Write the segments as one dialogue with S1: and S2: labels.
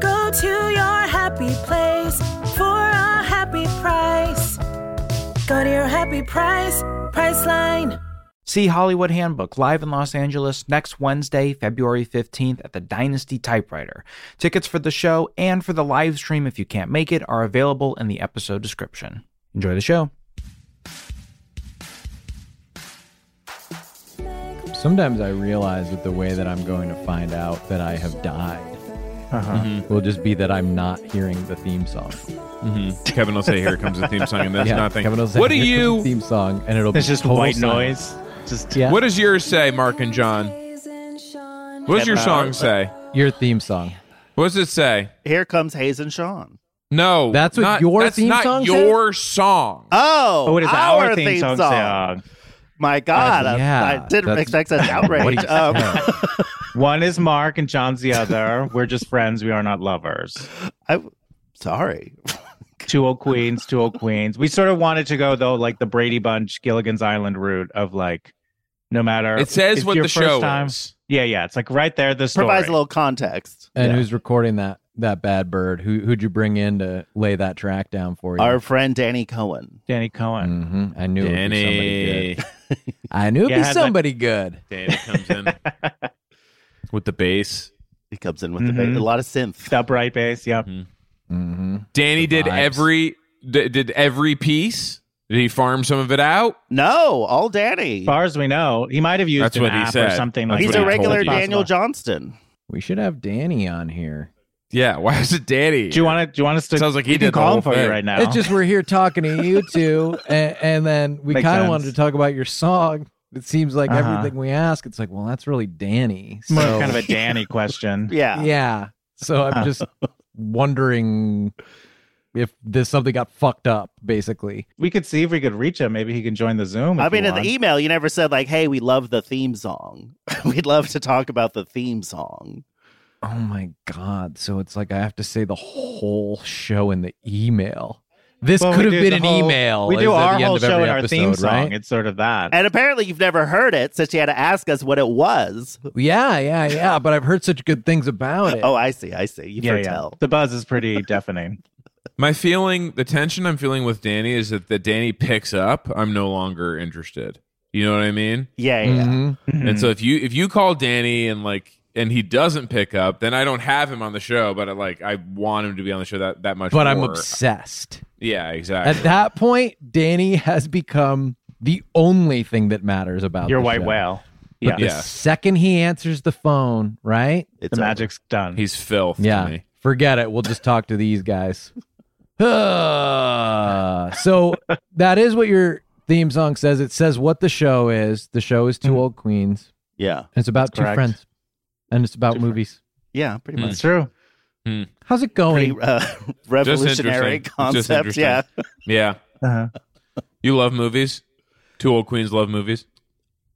S1: Go to your happy place for a happy price. Go to your happy price, Priceline.
S2: See Hollywood Handbook live in Los Angeles next Wednesday, February 15th at the Dynasty Typewriter. Tickets for the show and for the live stream, if you can't make it, are available in the episode description. Enjoy the show.
S3: Sometimes I realize that the way that I'm going to find out that I have died
S4: Uh-huh.
S5: Mm-hmm.
S3: will just be that I'm not hearing the theme song.
S5: Kevin will say, "Here comes the theme song," and that's nothing.
S3: Kevin will say,
S5: what do
S3: "Here comes the
S5: you?
S3: theme song? And it'll
S4: It's
S3: be
S4: just
S3: total
S4: white
S3: silence.
S4: noise. Just
S3: Yeah,
S5: What does yours say, Mark and John? What does your song say?
S3: your theme song?
S5: What does it say?
S4: here comes Hayes and Sean.
S5: No,
S3: That's what
S5: not-
S3: your
S5: that's
S3: theme
S5: not
S3: song
S5: Your song.
S4: Oh,
S6: Oh, it is our, theme, song. song.
S4: My God,
S3: Uh,
S4: I-
S3: yeah,
S4: I, didn't
S3: that's-
S4: expect such outrage.
S3: What do you-
S4: um,
S6: One is Mark and John's the other. We're just friends. We are not lovers.
S4: I, sorry.
S6: Two old queens, two old queens. We sort of wanted to go though, like the Brady Bunch, Gilligan's Island route of like, no matter.
S5: It says
S6: it's
S5: what
S6: your
S5: the
S6: first
S5: show
S6: time.
S5: is.
S6: Yeah, yeah. It's like right there. The story.
S4: Provides a little context.
S3: And
S6: Yeah.
S3: who's recording that that bad bird? Who who'd you bring in to lay that track down for you?
S4: Our friend Danny Cohen.
S6: Danny Cohen.
S3: hmm I knew it would be somebody
S5: Danny,
S3: good. I knew it'd
S6: Yeah,
S3: be
S6: I'd like-
S3: somebody good.
S5: Danny comes in with the bass.
S4: He comes in with the
S6: Mhm.
S4: ba- a lot of synth.
S6: The upright bass. Yep.
S3: hmm
S5: Danny
S3: The
S5: did
S3: vibes.
S5: every did, did every piece. Did he farm some of it out?
S4: No, all Danny.
S6: As far as we know, he might have used
S5: That's
S6: an
S5: what he
S6: app
S5: said.
S6: or something.
S5: That's
S6: like
S4: He's
S5: what
S4: a
S5: he
S4: regular
S5: told you.
S4: Daniel Johnston.
S3: We should have Danny on here.
S5: Yeah. Why is it Danny?
S6: Do you want to? Do you want us to?
S5: Sounds like he
S6: we can
S5: did the
S6: call
S5: whole
S6: him for
S5: thing.
S6: you right now.
S3: It's just we're here talking to you two, and, and then we
S6: Makes
S3: kind of wanted to
S6: sense.
S3: talk about your song. It seems like
S6: Uh-huh.
S3: everything we ask, it's like, well, that's really Danny. So,
S6: More kind of a Uh-huh. Danny question.
S4: Yeah.
S3: yeah. So I'm just wondering if this something got fucked up, basically.
S6: We could see if we could reach him. Maybe he can join the Zoom.
S4: I
S6: if you
S4: mean, in
S6: want.
S4: the email, you never said, like, hey, we love the theme song. We'd love to talk about the theme song.
S3: Oh my god! So it's like I have to say the whole show in the email. This
S6: Well, we
S3: could have
S6: do
S3: been
S6: the
S3: an
S6: whole-
S3: email.
S6: We
S3: is
S6: do
S3: at
S6: our
S3: the end
S6: whole
S3: of
S6: show
S3: every
S6: in our theme
S3: episode,
S6: song.
S3: right?
S6: It's sort of that.
S4: And apparently, you've never heard it since you had to ask us what it was.
S3: Yeah, yeah, yeah. But I've heard such good things about it.
S4: Oh, I see. I see. You
S6: yeah, yeah.
S4: foretell.
S6: The buzz is pretty deafening.
S5: My feeling, the tension I'm feeling with Danny is that the Danny picks up, I'm no longer interested. You know what I mean?
S4: Yeah, yeah.
S3: Mhm.
S6: Mm-hmm.
S5: And so if you if you call Danny and like and he doesn't pick up, then I don't have him on the show, but I like I want him to be on the show that that much.
S3: But I'm
S5: more.
S3: obsessed.
S5: Yeah, exactly.
S3: At that point, Danny has become the only thing that matters about
S6: Your
S3: the
S6: white
S3: show.
S6: whale.
S3: But
S6: Yeah.
S3: the
S5: Yeah.
S3: second he answers the phone, right?
S4: It's
S6: The
S4: over.
S6: magic's done.
S5: He's filth
S3: Yeah.
S5: to me.
S3: Forget it. We'll just talk to these guys. Ah. so that is what your theme song says. It says what the show is. The show is
S4: Mm-hmm.
S3: Two Old Queens.
S4: Yeah.
S3: And it's about
S6: That's
S3: two
S6: correct.
S3: friends. And it's about movies.
S4: Yeah, pretty
S5: Hmm.
S4: much.
S6: It's true.
S3: How's it going?
S4: Pretty, uh, revolutionary
S5: interesting. Just
S4: concepts.
S5: interesting.
S4: Yeah.
S5: Yeah.
S6: Uh-huh.
S5: You love movies? Two old queens love movies.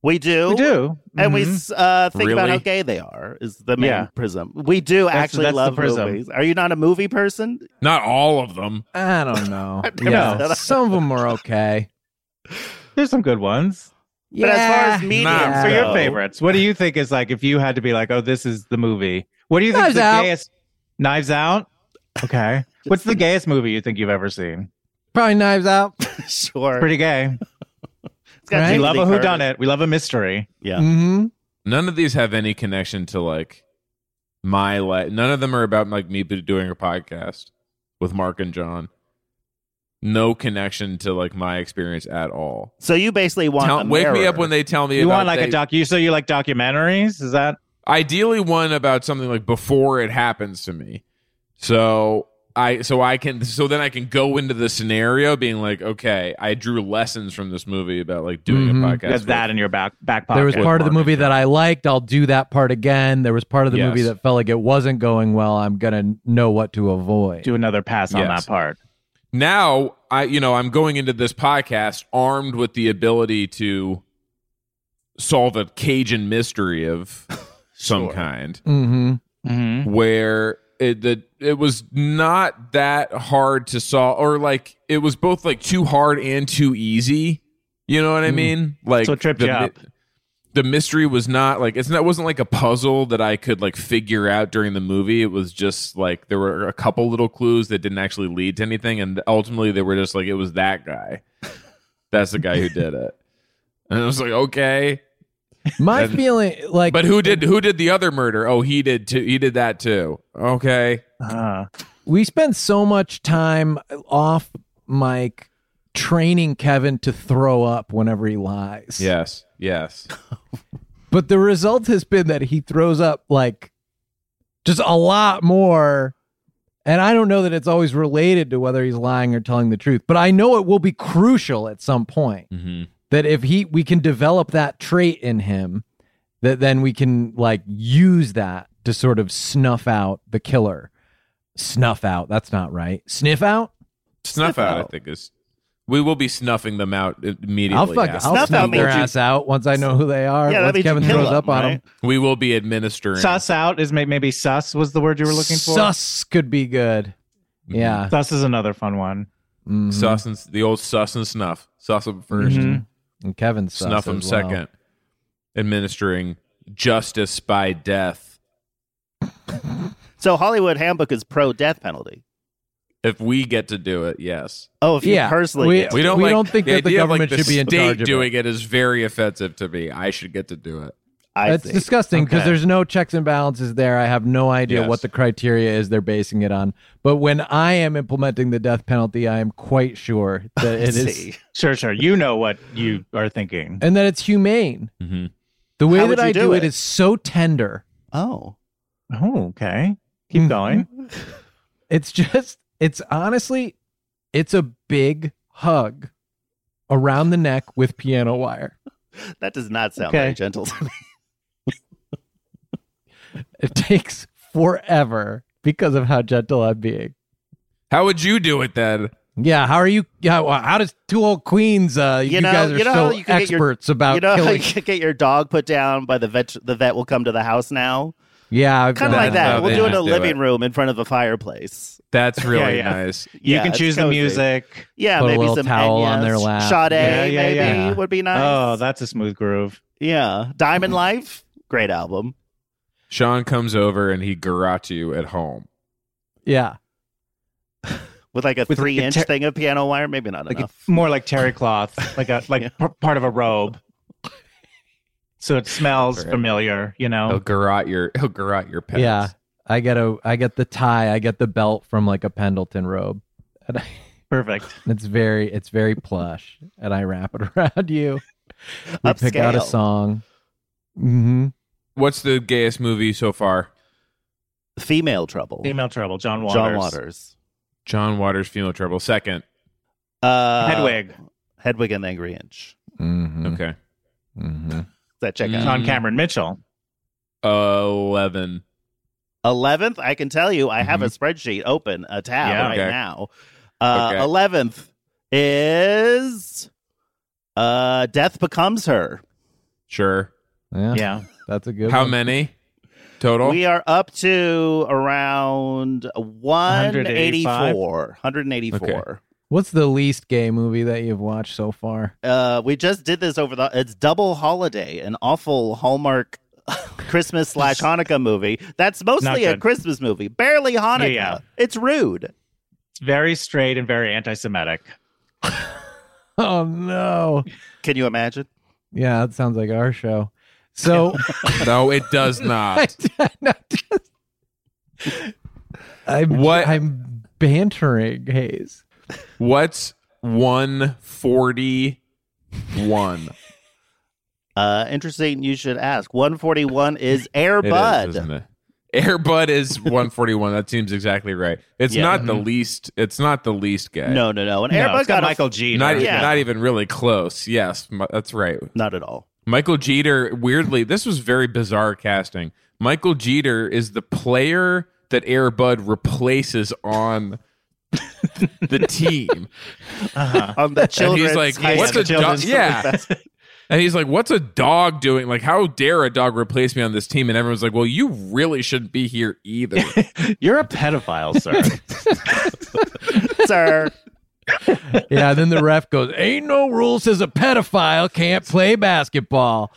S4: We do.
S6: We do.
S4: And we
S6: Mhm.
S4: s- uh, think about how
S5: Really?
S4: gay they are, is the main
S6: Yeah.
S4: prism. We do
S6: That's-
S4: actually
S6: that's the
S4: love
S6: prism.
S4: movies. Are you not a movie person?
S5: Not all of them.
S3: I don't know.
S4: never said
S3: yeah.
S4: that.
S3: Some of them are okay.
S6: Mm-hmm. There's some good ones.
S4: But as far as
S3: Yeah.
S4: mediums,
S5: Nah.
S6: For
S3: Oh.
S6: your
S4: go-
S6: favorites, what do you think is like if you had to be like, oh, this is the movie? What do you think
S3: Knives
S6: is the
S3: Out.
S6: gayest? Knives Out. Okay. What's the gayest movie you think you've ever seen?
S3: Probably Knives Out.
S4: sure.
S6: Pretty gay.
S4: It's got
S3: Right?
S6: We
S4: Jamie
S6: love
S4: Lee
S6: a
S4: Curtis.
S6: whodunit. We love a mystery.
S4: Yeah.
S3: hmm
S5: None of these have any connection to like my life. None of them are about like me doing a podcast with Mark and John. No connection to like my experience at all.
S4: So you basically want
S5: Tell-
S4: a
S5: wake me up
S4: mirror.
S5: when they tell me
S6: You
S5: about
S6: want like
S5: they-
S6: a doc? You so you like documentaries? Is that
S5: ideally one about something like before it happens to me so i so i can so then i can go into the scenario being like okay i drew lessons from this movie about like doing
S3: Mhm.
S5: a podcast
S6: that's
S5: with-
S6: Mm-hmm. that in your back back pocket?
S3: There was part of the
S5: Mark
S3: movie
S5: and
S3: that I liked. I'll do that part again. There was part of the movie
S5: Yes.
S3: that felt like it wasn't going well. I'm gonna know what to avoid.
S6: do another pass on
S5: Yes.
S6: that part.
S5: now I you know I'm going into this podcast armed with the ability to solve a Cajun mystery of some kind
S3: Mm-hmm.
S6: Mm-hmm.
S5: where it the, it was not that hard to solve or like it was both like too hard and too easy. You know what I mean? Like
S6: Mm. So it tripped
S5: the,
S6: you up.
S5: mi- the mystery was not like it's not it wasn't like a puzzle that I could like figure out during the movie. It was just like there were a couple little clues that didn't actually lead to anything and ultimately they were just like it was that guy. That's the guy who did it. And I was like, okay.
S3: My
S5: And-
S3: feeling, like,
S5: But who did who did the other murder? Oh, he did too. He did that too. Okay.
S6: Uh,
S3: we spent so much time off mic training Kevin to throw up whenever he lies.
S5: Yes. Yes.
S3: But the result has been that he throws up like just a lot more. And I don't know that it's always related to whether he's lying or telling the truth, but I know it will be crucial at some point
S5: Mm-hmm.
S3: that if he we can develop that trait in him, that then we can like use that to sort of snuff out the killer. Snuff out, that's not right. Sniff out?
S5: Snuff, out, I think is. We will be snuffing them out immediately.
S3: I'll fuck
S5: after.
S3: I'll
S4: Snuff out
S3: snuff
S4: means
S3: their
S4: you-
S3: ass out once I know who they are.
S4: yeah, that
S3: once
S4: means
S3: Kevin
S4: you kill
S3: throws
S4: them,
S3: up on
S4: right?
S3: him.
S5: we will be administering.
S6: sus out is may- maybe sus was the word you were looking for.
S3: Sus could be good.
S5: Mm-hmm.
S3: Yeah.
S6: Sus is another fun one.
S3: Mhm.
S5: Sus and the old sus and snuff. Sus them 1st
S6: Mhm.
S3: And Kevin Mm-hmm. sus
S5: Mm-hmm. snuff them
S3: as well.
S5: second. Administering justice by death.
S4: So Hollywood Handbook is pro death penalty.
S5: If we get to do it, yes.
S4: Oh, if you
S3: Yeah,
S4: personally,
S3: we-
S4: get
S5: We don't.
S3: We
S5: like,
S3: don't think that the
S5: idea of,
S3: government
S5: like, the
S3: should be in
S5: state
S3: charge of it.
S5: doing it is very offensive to me. I should get to do it.
S4: I
S3: That's
S4: think.
S3: disgusting because
S4: Okay.
S3: there's no checks and balances there. I have no idea
S5: Yes.
S3: what the criteria is they're basing it on. But when I am implementing the death penalty, I am quite sure that it
S4: See.
S3: is
S6: Sure, sure. You know what you are thinking.
S3: and that it's humane.
S5: Mhm.
S3: The way
S4: How would
S3: that
S4: you
S3: I
S4: do
S3: do it
S4: it?
S3: is so tender.
S4: Oh,
S3: Eh.
S6: Oh, okay. Keep
S3: Mhm.
S6: going.
S3: It's just it's honestly it's a big hug around the neck with piano wire.
S4: that does not sound
S6: Okay.
S4: very gentle to me.
S3: It takes forever because of how gentle I'm being.
S5: How would you do it then?
S3: Yeah, how are you? Yeah, well, how does two old queens? Uh, you,
S4: You know-
S3: guys are
S4: you know how
S3: so
S4: you can get your-
S3: experts about
S4: you know, how
S3: killing.
S4: you could get your dog put down by the vet. The vet will come to the house now,
S3: yeah, I've
S4: kind of
S3: done
S4: like
S5: how
S4: that. We'll
S5: they
S4: do it in
S5: should
S4: a
S5: do it.
S4: living room in front of a fireplace.
S5: That's really
S6: yeah.
S5: nice.
S6: You
S4: Yeah,
S6: can
S4: it's
S6: choose the
S4: cozy.
S6: music.
S4: Yeah,
S3: Put a
S4: maybe
S3: little
S4: some
S3: towel on
S4: Enyas,
S3: their lap.
S4: Sade
S6: Yeah, yeah,
S4: maybe
S6: yeah.
S4: would be nice.
S6: Oh, that's a smooth groove.
S4: yeah, Diamond Life, great album.
S5: Sean comes over and he garrote you at home.
S3: Yeah,
S4: With like a
S6: With a
S4: three inch
S6: guitar-
S4: thing of piano wire, maybe not
S6: Like a,
S4: enough.
S6: more like terry cloth, like a like p- part of a robe. So it smells
S5: Right.
S6: familiar, you know.
S5: He'll garrote your he'll garrote your pets.
S3: yeah. I get a, I get the tie, I get the belt from like a Pendleton robe. And I,
S6: Perfect.
S3: it's very, it's very plush, and I wrap it around you. We pick out a
S4: Upscale.
S3: song. Mm-hmm.
S5: What's the gayest movie so far?
S4: Female Trouble,
S6: Female trouble, John Waters.
S4: John Waters,
S5: John Waters, Female Trouble. Second.
S4: uh,
S6: Hedwig,
S4: Hedwig and the Angry Inch.
S3: Mm-hmm.
S4: Mm.
S5: Okay.
S3: Mm-hmm.
S4: Does that check out?
S5: mm.
S6: John Cameron Mitchell.
S5: Eleven.
S4: 11th, I can tell you, I have a spreadsheet open, a tab
S5: Yeah.
S4: right
S5: Okay.
S4: now. Uh,
S5: Okay.
S4: 11th is uh, Death Becomes Her.
S5: Sure.
S3: Yeah,
S6: Yeah.
S3: that's a good.
S5: How
S3: one.
S5: many total?
S4: We are up to around 184. 184.
S3: What's the least gay movie that you've watched so far?
S4: Uh, we just did this over the. It's Double Holiday, an awful Hallmark Christmas slash Hanukkah movie. That's mostly a
S6: good.
S4: Christmas movie, barely Hanukkah.
S6: yeah.
S4: It's rude.
S6: It's very straight and very anti-Semitic.
S3: Oh no!
S4: Can you imagine?
S3: Yeah, that sounds like our show. So.
S5: no, it does not.
S3: I'm
S5: What-
S3: I'm bantering Hayes.
S5: What's one forty one?
S4: Uh, interesting. You should ask. 141 is Air Bud.
S5: Airbud is one forty one. That seems exactly right. It's
S4: Yeah.
S5: not the least it's not the least gay.
S4: No, no, no. An
S6: No,
S4: Air Bud
S6: it's got
S4: got a-
S6: Michael G.
S5: Not,
S4: Yeah.
S5: not even really close. Yes, mi- that's right.
S4: Not at all.
S5: Michael Jeter, weirdly, this was very bizarre casting. Michael Jeter is the player that Air Bud replaces on the team.
S6: Uh-huh.
S4: on Um, the children's.
S5: like,
S4: high
S5: "What's
S4: school
S5: a dog-
S4: children's
S5: yeah."
S4: basket.
S5: And he's like, What's a dog doing? Like, how dare a dog replace me on this team? And everyone's like, Well, you really shouldn't be here either.
S6: You're a pedophile, sir.
S4: sir.
S3: Yeah, and then the ref goes, "Ain't no rule says a pedophile can't play basketball."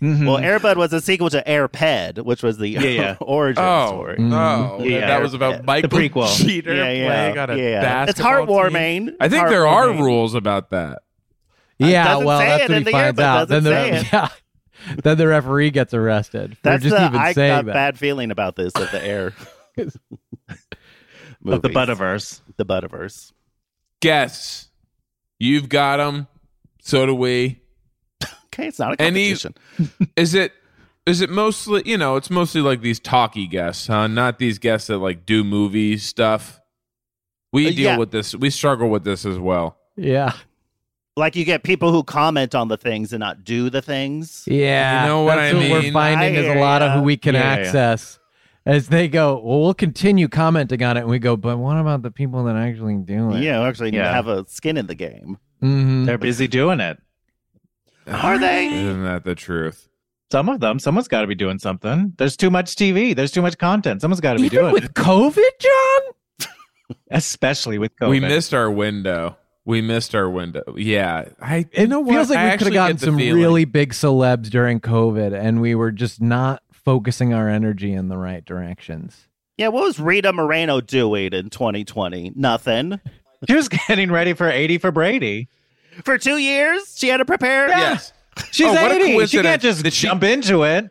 S4: Well, Airbud was a sequel to Airped, which was the
S6: yeah.
S4: origin
S5: oh,
S4: story. Mm-hmm.
S5: oh.
S6: Yeah,
S5: that was
S4: yeah,
S5: about
S4: the
S5: Michael
S6: prequel.
S5: Cheater
S4: Yeah, yeah,
S5: playing on a
S4: yeah. It's
S5: basketball team.
S4: heartwarming.
S5: I think there are
S4: Heartwarming.
S5: rules about that.
S3: Yeah,
S4: doesn't
S3: well,
S4: say
S3: that's
S4: it
S3: what
S4: in
S3: he
S4: the
S3: finds
S4: year, but
S3: out. Then the
S4: doesn't say
S3: yeah, then the referee gets arrested for
S4: That's
S3: just
S4: the
S3: even
S4: I
S3: saying
S4: got
S3: that.
S4: bad feeling about this of the air.
S6: of the
S4: Movies.
S6: Butterverse.
S4: The Butterverse.
S5: Guess. You've got them. So do we.
S4: Okay, it's not a
S5: Any-
S4: competition.
S5: Is it is it mostly you know, it's mostly like these talky guests, huh? Not these guests that like do movie stuff. We
S4: Uh,
S5: deal
S4: yeah.
S5: with this. We struggle with this as well.
S3: Yeah,
S4: like you get people who comment on the things and not do the things.
S3: yeah.
S5: You know what
S3: that's
S5: I
S3: What we're
S5: mean?
S3: finding
S4: I
S3: is a
S4: hear
S3: lot of
S4: ya.
S3: who we can
S6: Yeah, yeah.
S3: access. As they go, well, we'll continue commenting on it, and we go, but what about the people that actually do it?
S4: Yeah, who actually
S6: Yeah.
S4: have a skin in the game.
S3: Mhm.
S6: They're busy doing it.
S4: Are they?
S5: Isn't that the truth?
S6: Some of them, someone's got to be doing something. There's too much TV. There's too much content. Someone's got to be
S3: Even
S6: doing it,
S3: with COVID, John.
S6: especially with COVID.
S5: We missed our window. We missed our window. Yeah, I.
S3: It
S5: you know what?
S3: feels like
S5: I
S3: we could
S5: actually
S3: have gotten
S5: get the
S3: some
S5: feeling.
S3: really big celebs during COVID, and we were just not focusing our energy in the right directions.
S4: Yeah, what was Rita Moreno doing in 2020? Nothing.
S6: She was getting ready for 80 for Brady.
S4: For two years, she had to prepare.
S5: Yes,
S6: She's
S5: Oh, what a
S6: 80. She
S5: coincidence
S6: can't just
S5: that she-
S6: jump into it.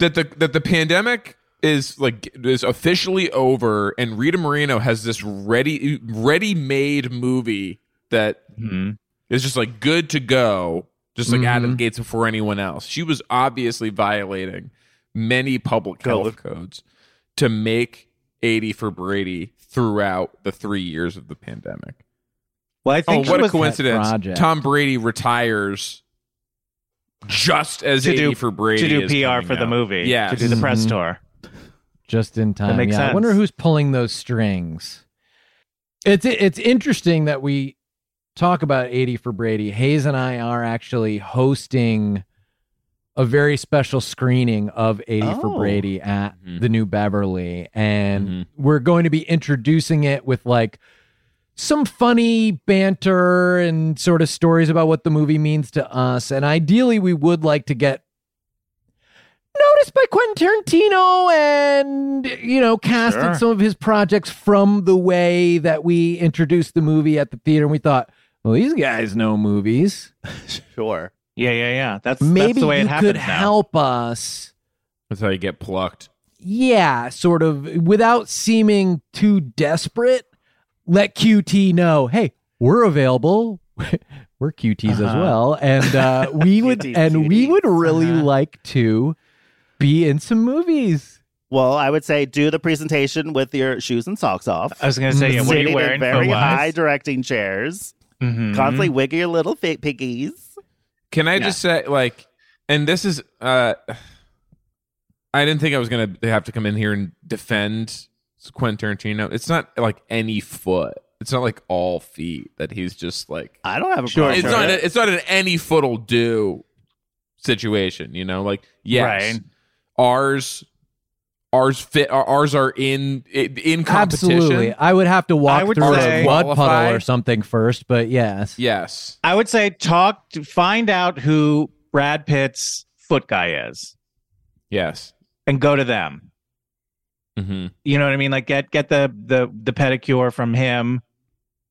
S5: that the that the pandemic is like is officially over, and Rita Moreno has this ready ready made movie that is just like good to go, just like
S6: Mm-hmm.
S5: out of the gates before anyone else. She was obviously violating many public health codes to make eighty for Brady throughout the three years of the pandemic.
S6: Well, I
S5: Oh,
S6: think
S5: what
S6: she
S5: a
S6: was
S5: coincidence!
S3: project.
S5: Tom Brady retires just as
S6: To
S5: 80
S6: do-
S5: for Brady
S6: to do
S5: is
S6: PR
S5: coming
S6: for the
S5: out.
S6: movie.
S5: Yes.
S6: To do the press
S3: Mhm.
S6: tour.
S3: Just in time.
S6: makes
S3: yeah. I wonder
S6: sense.
S3: who's pulling those strings. It's it's interesting that we talk about 80 for Brady. Hayes and I are actually hosting a very special screening of 80 for
S4: Oh.
S3: Brady at
S6: Mm-hmm.
S5: Mhm.
S3: the New Beverly and
S5: Mhm.
S3: we're going to be introducing it with like some funny banter and sort of stories about what the movie means to us. And ideally, we would like to get noticed by Quentin Tarantino and, you know, cast in
S6: Sure.
S3: some of his projects from the way that we introduced the movie at the theater. And we thought, well, these guys know movies.
S4: Sure.
S6: Yeah, yeah, yeah. That's, that's
S3: Maybe
S6: the way it
S3: you
S6: happens
S3: could
S6: now.
S3: help us.
S5: That's how you get plucked.
S3: yeah, sort of without seeming too desperate, let QT know, hey, we're available. we're QTs as
S6: Uh-huh.
S3: well. And uh, we would
S4: QTs,
S3: and we would
S4: QTs,
S3: really
S6: uh-huh.
S3: like to be in some movies.
S4: Well, I would say do the presentation with your shoes and socks off.
S6: I was going to say, yeah, Uh, what are
S4: Sitting
S6: you
S4: in
S6: wearing?
S4: very
S6: foot-wise?
S4: high directing chairs.
S5: Mm-hmm.
S6: Mhm.
S4: Constantly wiggle your little fi- piggies.
S5: Can I just say, like, and this is, uh I didn't think I was gonna have to come in here and defend Quentin Tarantino. It's not like any foot. It's not like all feet that he's just like.
S4: I don't have a problem.
S5: It's
S4: with
S5: not.
S4: it.
S5: A, it's not an any foot'll do situation. You know, like yes,
S6: Right.
S5: ours, ours fit. Ours are in in competition.
S3: Absolutely. I would have to walk
S6: I would
S3: through a
S6: say-
S3: mud
S5: Qualify.
S3: puddle or something first, but yes.
S5: Yes.
S6: I would say talk to find out who Brad Pitt's foot guy is
S5: Yes.
S6: and go to them.
S5: hmm
S6: You know what I mean? Like get get the the the pedicure from him,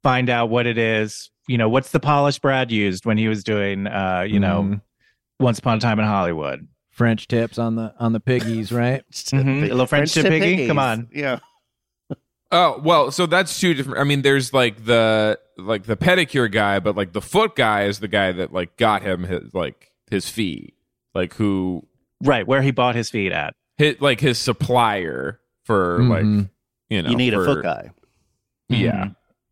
S6: find out what it is. You know, what's the polish Brad used when he was doing uh, you know,
S3: Mhm.
S5: Mm-hmm.
S6: Once Upon a Time in Hollywood.
S3: French tips on the on the piggies, right?
S6: Mhm. A little French
S4: tip
S6: tip piggy?
S4: piggies.
S6: Come on.
S4: Yeah.
S5: Oh well, so that's two different. I mean, there's like the like the pedicure guy, but like the foot guy is the guy that like got him his like his feet, like who
S6: Right, where he bought his feet at.
S5: hit like his supplier for
S4: Mm-hmm.
S5: like
S3: Mhm.
S5: you know
S4: you need a
S5: for-
S4: foot guy. Mm-hmm.
S5: Yeah,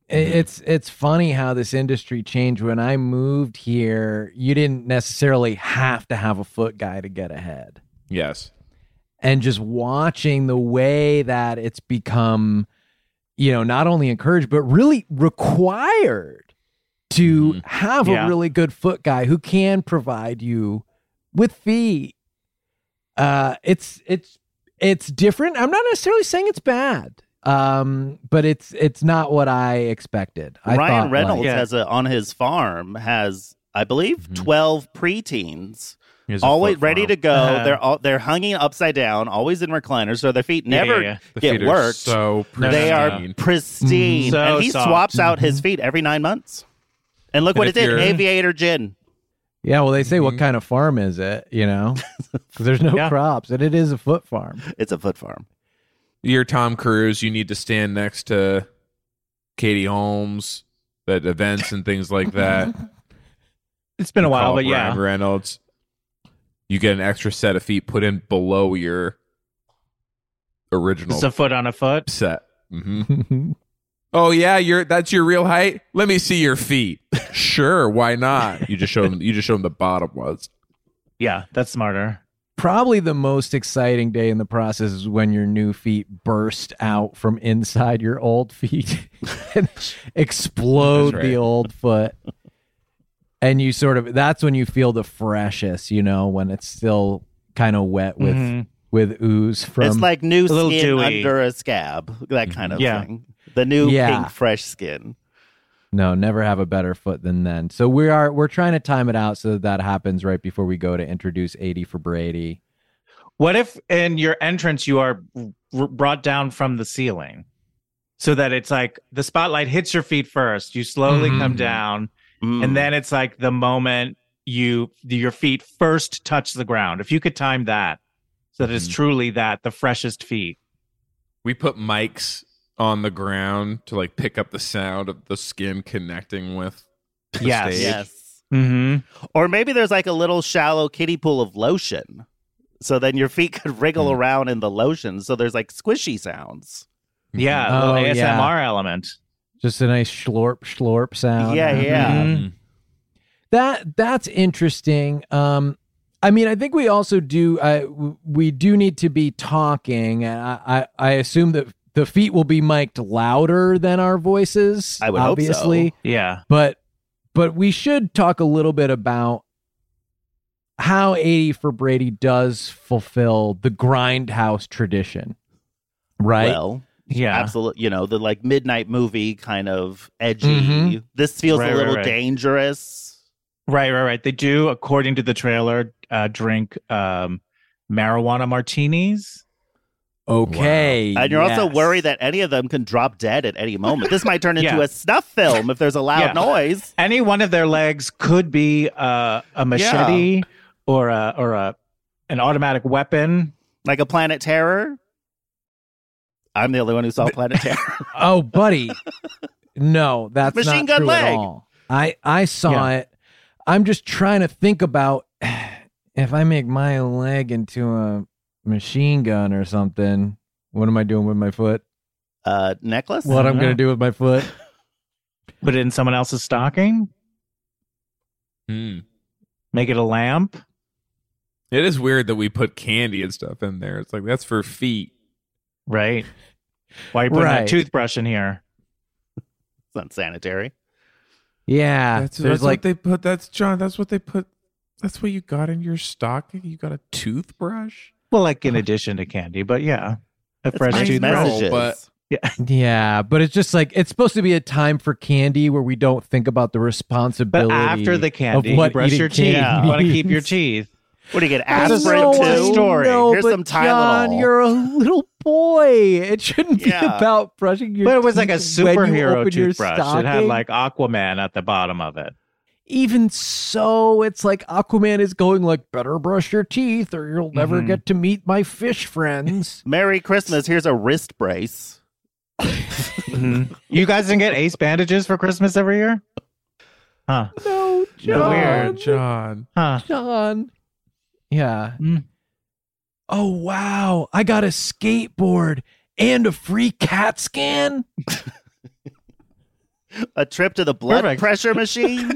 S3: I- It's it's funny how this industry changed. When I moved here, you didn't necessarily have to have a foot guy to get ahead.
S5: yes,
S3: And just watching the way that it's become you know, not only encouraged, but really required to
S5: Mhm.
S3: have
S6: Yeah.
S3: a really good foot guy who can provide you with feet. Uh, it's, it's, it's different. I'm not necessarily saying it's bad. Um, but it's it's not what I expected. I
S4: Ryan
S3: thought, like-
S4: Reynolds
S6: Yeah.
S4: has a, on his farm has I believe
S5: Mhm.
S4: twelve preteens
S5: He has a
S4: always
S5: foot
S4: ready
S5: farm.
S4: to go.
S6: Uh-huh.
S4: They're all they're hanging upside down, always in recliners, so their feet never
S6: yeah, yeah.
S5: The
S4: get
S5: feet are
S4: worked.
S5: So
S6: No,
S4: they
S6: no,
S4: are
S5: Mm-hmm.
S6: no.
S4: pristine.
S6: Mhm. So
S4: and he
S6: soft.
S4: swaps out his feet every nine months. And look
S5: And
S4: what
S5: if
S4: it did.
S5: you're-
S4: Aviator gin.
S3: Yeah, well, they say what
S5: Mhm.
S3: kind of farm is it? You know, 'Cause there's no
S6: Yeah.
S3: crops, and it is a foot farm.
S4: It's a foot farm.
S5: You're Tom Cruise. You need to stand next to Katie Holmes at events and things like that.
S6: It's been a
S5: You
S6: while,
S5: call
S6: but
S5: up
S6: yeah.
S5: Ryan Reynolds. You get an extra set of feet put in below your original
S6: It's a foot on a foot.
S5: set. hmm Oh yeah, you're that's your real height. Let me see your feet. sure, why not? You just show them. You just show them the bottom ones.
S6: Yeah, that's smarter.
S3: Probably the most exciting day in the process is when your new feet burst out from inside your old feet and explode
S5: That's right.
S3: the old foot. And you sort of that's when you feel the freshest, you know, when it's still kind of wet with
S5: Mm-hmm.
S6: Mhm.
S3: with ooze from
S4: it's like new
S6: A little
S4: skin
S6: dewy. Mm-hmm.
S4: under a scab, that kind of
S6: Yeah.
S4: thing. The new
S3: Yeah.
S4: pink, fresh skin.
S3: No, never have a better foot than then. So we are we're trying to time it out so that that happens right before we go to introduce 80 for Brady.
S6: What if in your entrance you are r- brought down from the ceiling so that it's like the spotlight hits your feet first, you slowly come
S3: Mm-hmm.
S5: Mhm.
S6: down,
S4: Mm.
S6: and then it's like the moment you your feet first touch the ground. If you could time that so that it's
S5: Mhm.
S6: truly that the freshest feet.
S5: We put mics on the ground to like pick up the sound of the skin connecting with. The
S6: Yes.
S5: stage.
S4: Mm.
S5: Mm-hmm.
S4: Yes.
S6: Mhm.
S4: Or maybe there's like a little shallow kiddie pool of lotion. So then your feet could wriggle
S6: Hmm.
S5: Mm.
S4: around in the lotion. So there's like squishy sounds.
S6: Yeah,
S3: Oh,
S6: a little
S3: yeah.
S6: ASMR element.
S3: Just a nice schlorp schlorp sound. Mm-hmm.
S4: Yeah, yeah.
S5: Mhm.
S3: That that's interesting. Um I mean, I think we also do uh, w- we do need to be talking and I, I I assume that the feet will be mic'd louder than our voices
S4: I would hope so.
S3: obviously.
S6: Yeah.
S3: but but we should talk a little bit about how 80 for Brady does fulfill the grindhouse tradition. Right?
S4: Well,
S6: Yeah.
S4: absolutely. You know, the like midnight movie kind of edgy.
S3: Mhm.
S4: This feels
S6: Mm-hmm. Right,
S4: a
S6: right,
S4: little
S6: right.
S4: dangerous.
S6: Right, right, right. They do, according to the trailer, uh, drink um, marijuana martinis.
S3: okay.
S4: And you're also
S6: Yes.
S4: worried that any of them can drop dead at any moment. This might turn into
S6: Yeah.
S4: a snuff film if there's a loud
S6: Yeah.
S4: noise.
S6: Any one of their legs could be uh, a machete or a or a an automatic weapon.
S4: Like a Planet Terror. I'm the only one who saw Planet Terror.
S3: Oh, buddy. No, that's
S4: Machine
S3: not
S4: gun
S3: true at
S4: leg.
S3: all. I I saw
S6: Yeah.
S3: it. I'm just trying to think about if I make my leg into a machine gun or something, what am I doing with my foot?
S4: Uh, necklace?
S3: What I'm
S6: know.
S3: going to do with my foot?
S6: Put it in someone else's stocking.
S5: Hmm.
S6: Make it a lamp.
S5: It is weird that we put candy and stuff in there. It's like that's for feet.
S6: Right. Why are you putting
S3: Right.
S6: a toothbrush in here?
S4: It's unsanitary.
S3: Yeah.
S5: that's
S3: Ah, there's
S5: that's
S3: like
S5: what they put. That's John. That's what they put. That's what you got in your stocking. You got a toothbrush.
S6: Well, like in addition to candy, but yeah, a
S4: It's
S6: fresh
S4: nice
S6: toothbrush.
S4: messages.
S5: But-
S3: Yeah, but it's just like it's supposed to be a time for candy where we don't think about the responsibility.
S6: But after the candy, you
S3: what
S6: brush
S3: eating
S6: your teeth.
S3: candy
S6: You want to keep your
S3: means.
S6: teeth.
S4: What do you get?
S3: I
S4: Aspirin
S3: know, I
S4: too?
S3: know,
S4: Here's
S3: but
S4: some Tylenol.
S3: John, you're a little boy. It shouldn't be
S4: Yeah.
S3: about brushing your.
S6: But it was like a
S3: teeth when you
S6: superhero
S3: open your
S6: toothbrush. It had
S3: stocking.
S6: like Aquaman at the bottom of it.
S3: Even so, it's like Aquaman is going like, better brush your teeth, or you'll never
S6: Mhm.
S3: get to meet my fish friends.
S4: Merry Christmas. Here's a wrist brace.
S6: You guys didn't get ace bandages for Christmas every year? Huh.
S3: no,
S6: No,
S3: John.
S6: weird.
S5: Oh, John.
S6: Huh.
S3: John. Yeah.
S6: Mm.
S3: Oh wow! I got a skateboard and a free CAT scan.
S4: A trip to the blood
S6: Perfect.
S4: pressure machine.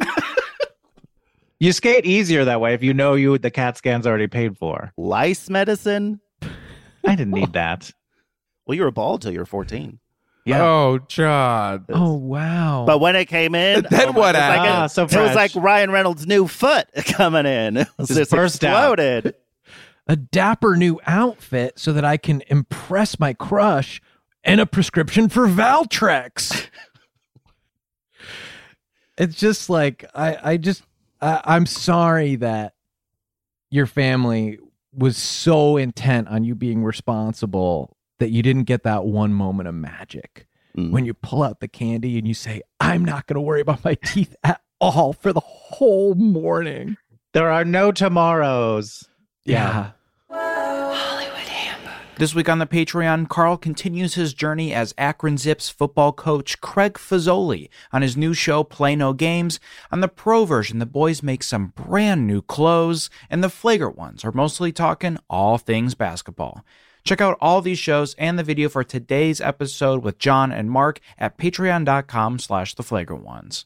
S6: You skate easier that way if you know you the CAT scan's already paid for.
S4: Lice medicine.
S6: I didn't need that.
S4: Well, you were a ball till you were 14. Yeah.
S5: Oh, John.
S3: Oh wow.
S4: But when it came in, oh
S5: Then
S4: my-
S5: what
S4: it's like
S6: happened?
S4: a-
S6: Ah, so
S4: it was
S6: fresh.
S4: like Ryan Reynolds' new foot coming in. It was
S6: Just
S4: just
S6: burst out.
S4: exploded.
S3: a dapper new outfit so that I can impress my crush and a prescription for Valtrex. it's just like I I just I, I'm sorry that your family was so intent on you being responsible that you didn't get that one moment of magic
S4: Mm.
S3: when you pull out the candy and you say I'm not going to worry about my teeth at all for the whole morning.
S6: There are no tomorrows.
S3: Yeah.
S2: This week on the Patreon, Carl continues his journey as Akron Zips football coach Craig Fazoli on his new show Play No Games. On the pro version, the boys make some brand new clothes, and the flagrant ones are mostly talking all things basketball. Check out all these shows and the video for today's episode with John and Mark at patreon.com slash the flagrant ones.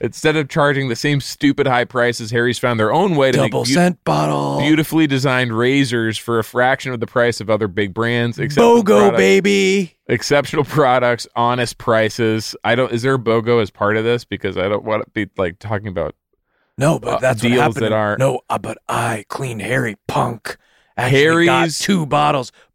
S5: Instead of charging the same stupid high prices, Harry's found their own way to
S3: Double
S5: make beau-
S3: scent bottle.
S5: beautifully designed razors for a fraction of the price of other big brands. exceptional
S3: BOGO
S5: products-
S3: baby.
S5: Exceptional products, honest prices. I don't. Is there a BOGO as part of this? Because I don't want to be like talking about.
S3: No, but
S5: uh,
S3: that's
S5: deals
S3: what happened.
S5: that are-
S3: No, uh, but I, Clean Harry Punk, actually got
S5: Harry's-
S3: two bottles.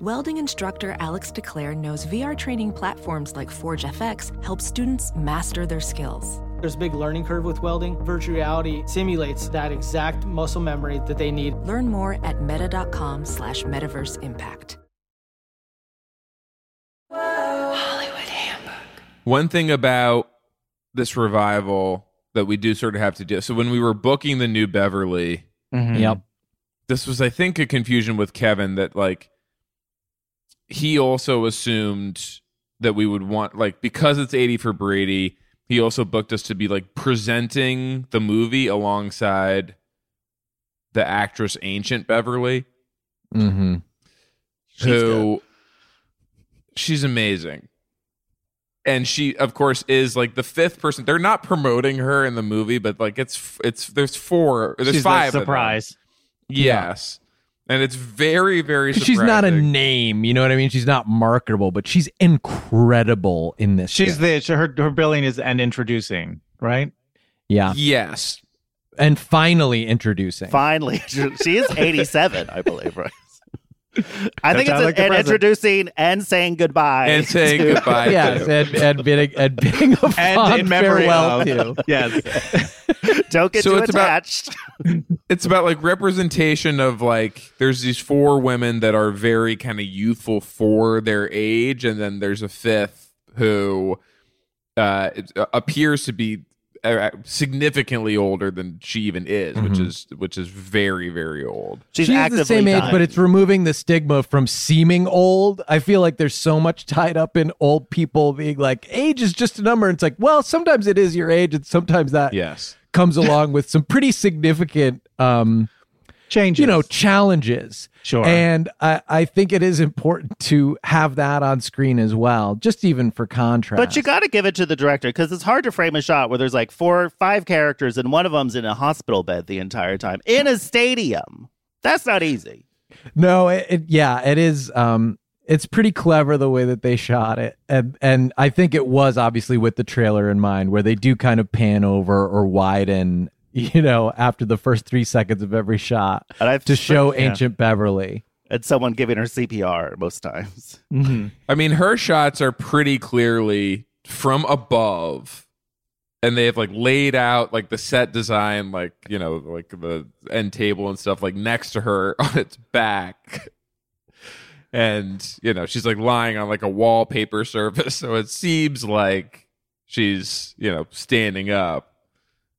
S7: Welding instructor Alex DeClaire knows VR training platforms like Forge FX help students master their skills.
S8: There's a big learning curve with welding. Virtual reality simulates that exact muscle memory that they need.
S7: Learn more at meta.com slash metaverse impact.
S5: One thing about this revival that we do sort of have to do. So when we were booking the new Beverly,
S3: Mhm. Yep.
S5: this was I think a confusion with Kevin that like he also assumed that we would want like because it's 80 for Brady, he also booked us to be like presenting the movie alongside the actress Ancient Beverly
S3: Mm-hmm.
S5: who she's amazing. And she, of course, is like the fifth person. They're not promoting her in the movie, but like it's it's there's four, there's
S6: She's the
S5: five. of them.
S6: surprise.
S5: Yes, and it's very very.
S3: 'Cause She's not a name, you know what I mean? She's not marketable, but she's incredible in this.
S6: She's
S3: shit.
S6: the she- her her billing is and introducing right.
S3: yeah.
S5: Yes.
S3: And finally introducing.
S4: Finally, she is 87, I believe, right? I think
S3: That
S4: it's
S3: sounds like the
S4: an
S3: president.
S4: introducing and saying goodbye.
S5: And saying
S4: to-
S5: goodbye
S3: yes, and, and bidding and bidding a fond farewell to.
S6: Yes.
S4: Don't get
S5: So
S4: too
S5: it's about-
S4: attached.
S5: it's about like representation of like there's these four women that are very kind of youthful for their age and then there's a fifth who uh it- uh, appears to be uh, significantly older than she even is which
S3: Mhm.
S5: is which is very very old
S3: She's the same age, but it's removing the stigma from seeming old. I feel like there's so much tied up in old people being like, age is just a number. And it's like, well, sometimes it is your age, and sometimes that
S5: yes
S3: comes along with some pretty significant um
S6: changes,
S3: you know, challenges.
S6: Sure.
S3: And I, I think it is important to have that on screen as well, just even for contrast.
S4: But you got to give it to the director because it's hard to frame a shot where there's like four, five characters and one of them's in a hospital bed the entire time in a stadium. That's not easy.
S3: No, it, it yeah, it is um it's pretty clever the way that they shot it. And and I think it was obviously with the trailer in mind where they do kind of pan over or widen, you know, after the first 3 seconds of every shot
S4: And I've-
S3: to show
S4: yeah.
S3: ancient Beverly.
S4: And someone giving her CPR most times.
S6: Mm-hmm.
S5: i mean her shots are pretty clearly from above and they have like laid out like the set design like you know like the end table and stuff like next to her on its back and you know she's like lying on like a wallpaper surface so it seems like she's you know standing up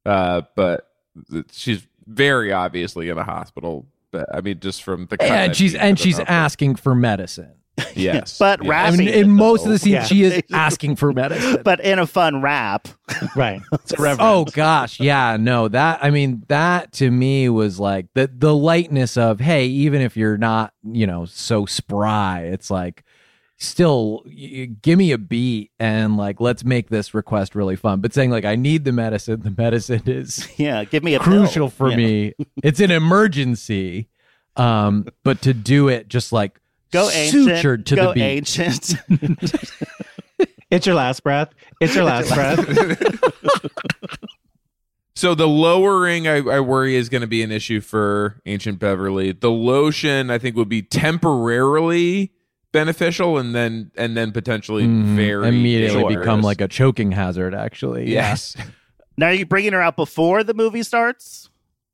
S5: uh but th- she's very obviously in a hospital but i mean just from the cut
S3: And
S5: I've
S3: she's
S5: seen, I
S3: and
S5: don't
S3: she's
S5: know if-
S3: asking for medicine.
S5: yes
S4: But
S5: yes.
S3: I
S4: rapping.
S3: mean,
S4: it,
S3: in most of
S4: though.
S3: the scenes,
S4: Yeah.
S3: she is asking for medicine.
S4: but in a fun rap.
S6: Right.
S3: Oh gosh, yeah, no, that I mean that to me was like the the lightness of hey, even if you're not you know so spry, it's like still y- y- give me a beat and like let's make this request really fun. But saying like I need the medicine, the medicine is
S4: Yeah, give me a pill.
S3: crucial for
S4: Yeah.
S3: me. It's an emergency, um, but to do it just like
S4: Go ancient.
S3: sutured to
S4: go
S3: the beat.
S4: ancient.
S6: It's your last breath. It's your last breath.
S5: So the lowering, I, I worry, is going to be an issue for Ancient Beverly. The lotion, I think, would be temporarily beneficial, and then and then potentially
S3: Mhm.
S5: very
S3: immediately
S5: dangerous.
S3: become like a choking hazard. Actually, yeah.
S5: yes.
S4: now, are you bringing her out before the movie starts?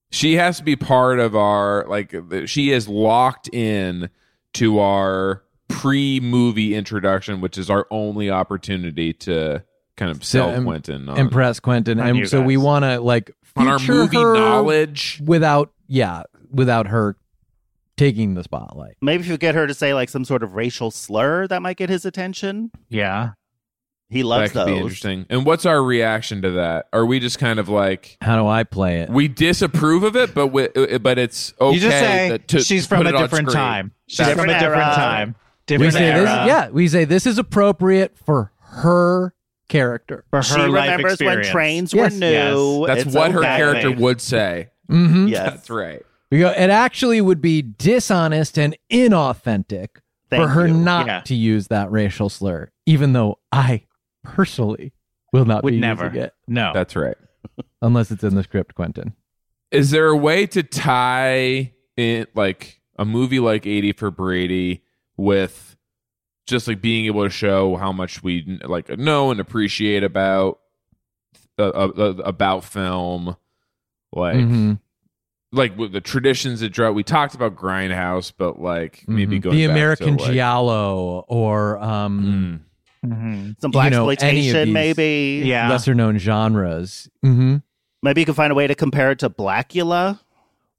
S5: She has to be part of our like. the- She is locked in to our pre-movie introduction, which is our only opportunity to kind of sell
S3: im-
S5: Quentin. On.
S3: impress Quentin,
S5: on you
S3: and so we
S5: guys.
S3: want to like
S5: On our
S3: feature
S5: movie
S3: her
S5: knowledge.
S3: without yeah without her taking the spotlight.
S4: Maybe if you get her to say like some sort of racial slur, that might get his attention.
S6: yeah.
S4: He loves
S5: that could be
S4: those.
S5: interesting. And what's our reaction to that? Are we just kind of like?
S3: How do I play it?
S5: we disapprove of it, but we, uh, but it's okay.
S6: You just say
S5: that- to
S6: she's
S5: put
S6: from a
S5: it on
S6: different
S5: screen."
S6: time. She's
S5: That's-
S6: from a
S4: Different
S6: different
S4: era.
S6: time.
S3: we
S6: Different
S3: say
S6: era.
S3: this, yeah, we say this is appropriate for her character.
S6: For her
S4: She
S6: life
S4: remembers
S6: experience.
S4: when trains
S3: Yes.
S4: were new.
S5: that's
S4: It's
S5: what her
S4: okay.
S5: character would say.
S3: Mm-hmm.
S4: Yes.
S5: That's right.
S3: We go, it actually would be dishonest and inauthentic
S9: Thank
S3: for her
S9: you.
S3: not
S9: Yeah.
S3: to use that racial slur, even though I personally will not
S5: Would
S3: be
S5: never.
S3: using it.
S6: No.
S5: That's right.
S3: Unless it's in the script, Quentin.
S5: Is there a way to tie in like a movie like 80 for Brady with just like being able to show how much we like know and appreciate about uh, uh, about film like
S3: Mhm.
S5: like with the traditions that draw we talked about grindhouse but like maybe
S3: Mhm.
S6: Mm-hmm.
S5: going
S3: the
S5: back to,
S3: American
S5: like- mm.
S3: Giallo or um
S4: Some black
S3: you know, any of
S4: exploitation,
S3: these
S4: maybe.
S3: lesser known genres. Mm-hmm.
S4: Maybe you can find a way to compare it to Blackula.
S6: Oh,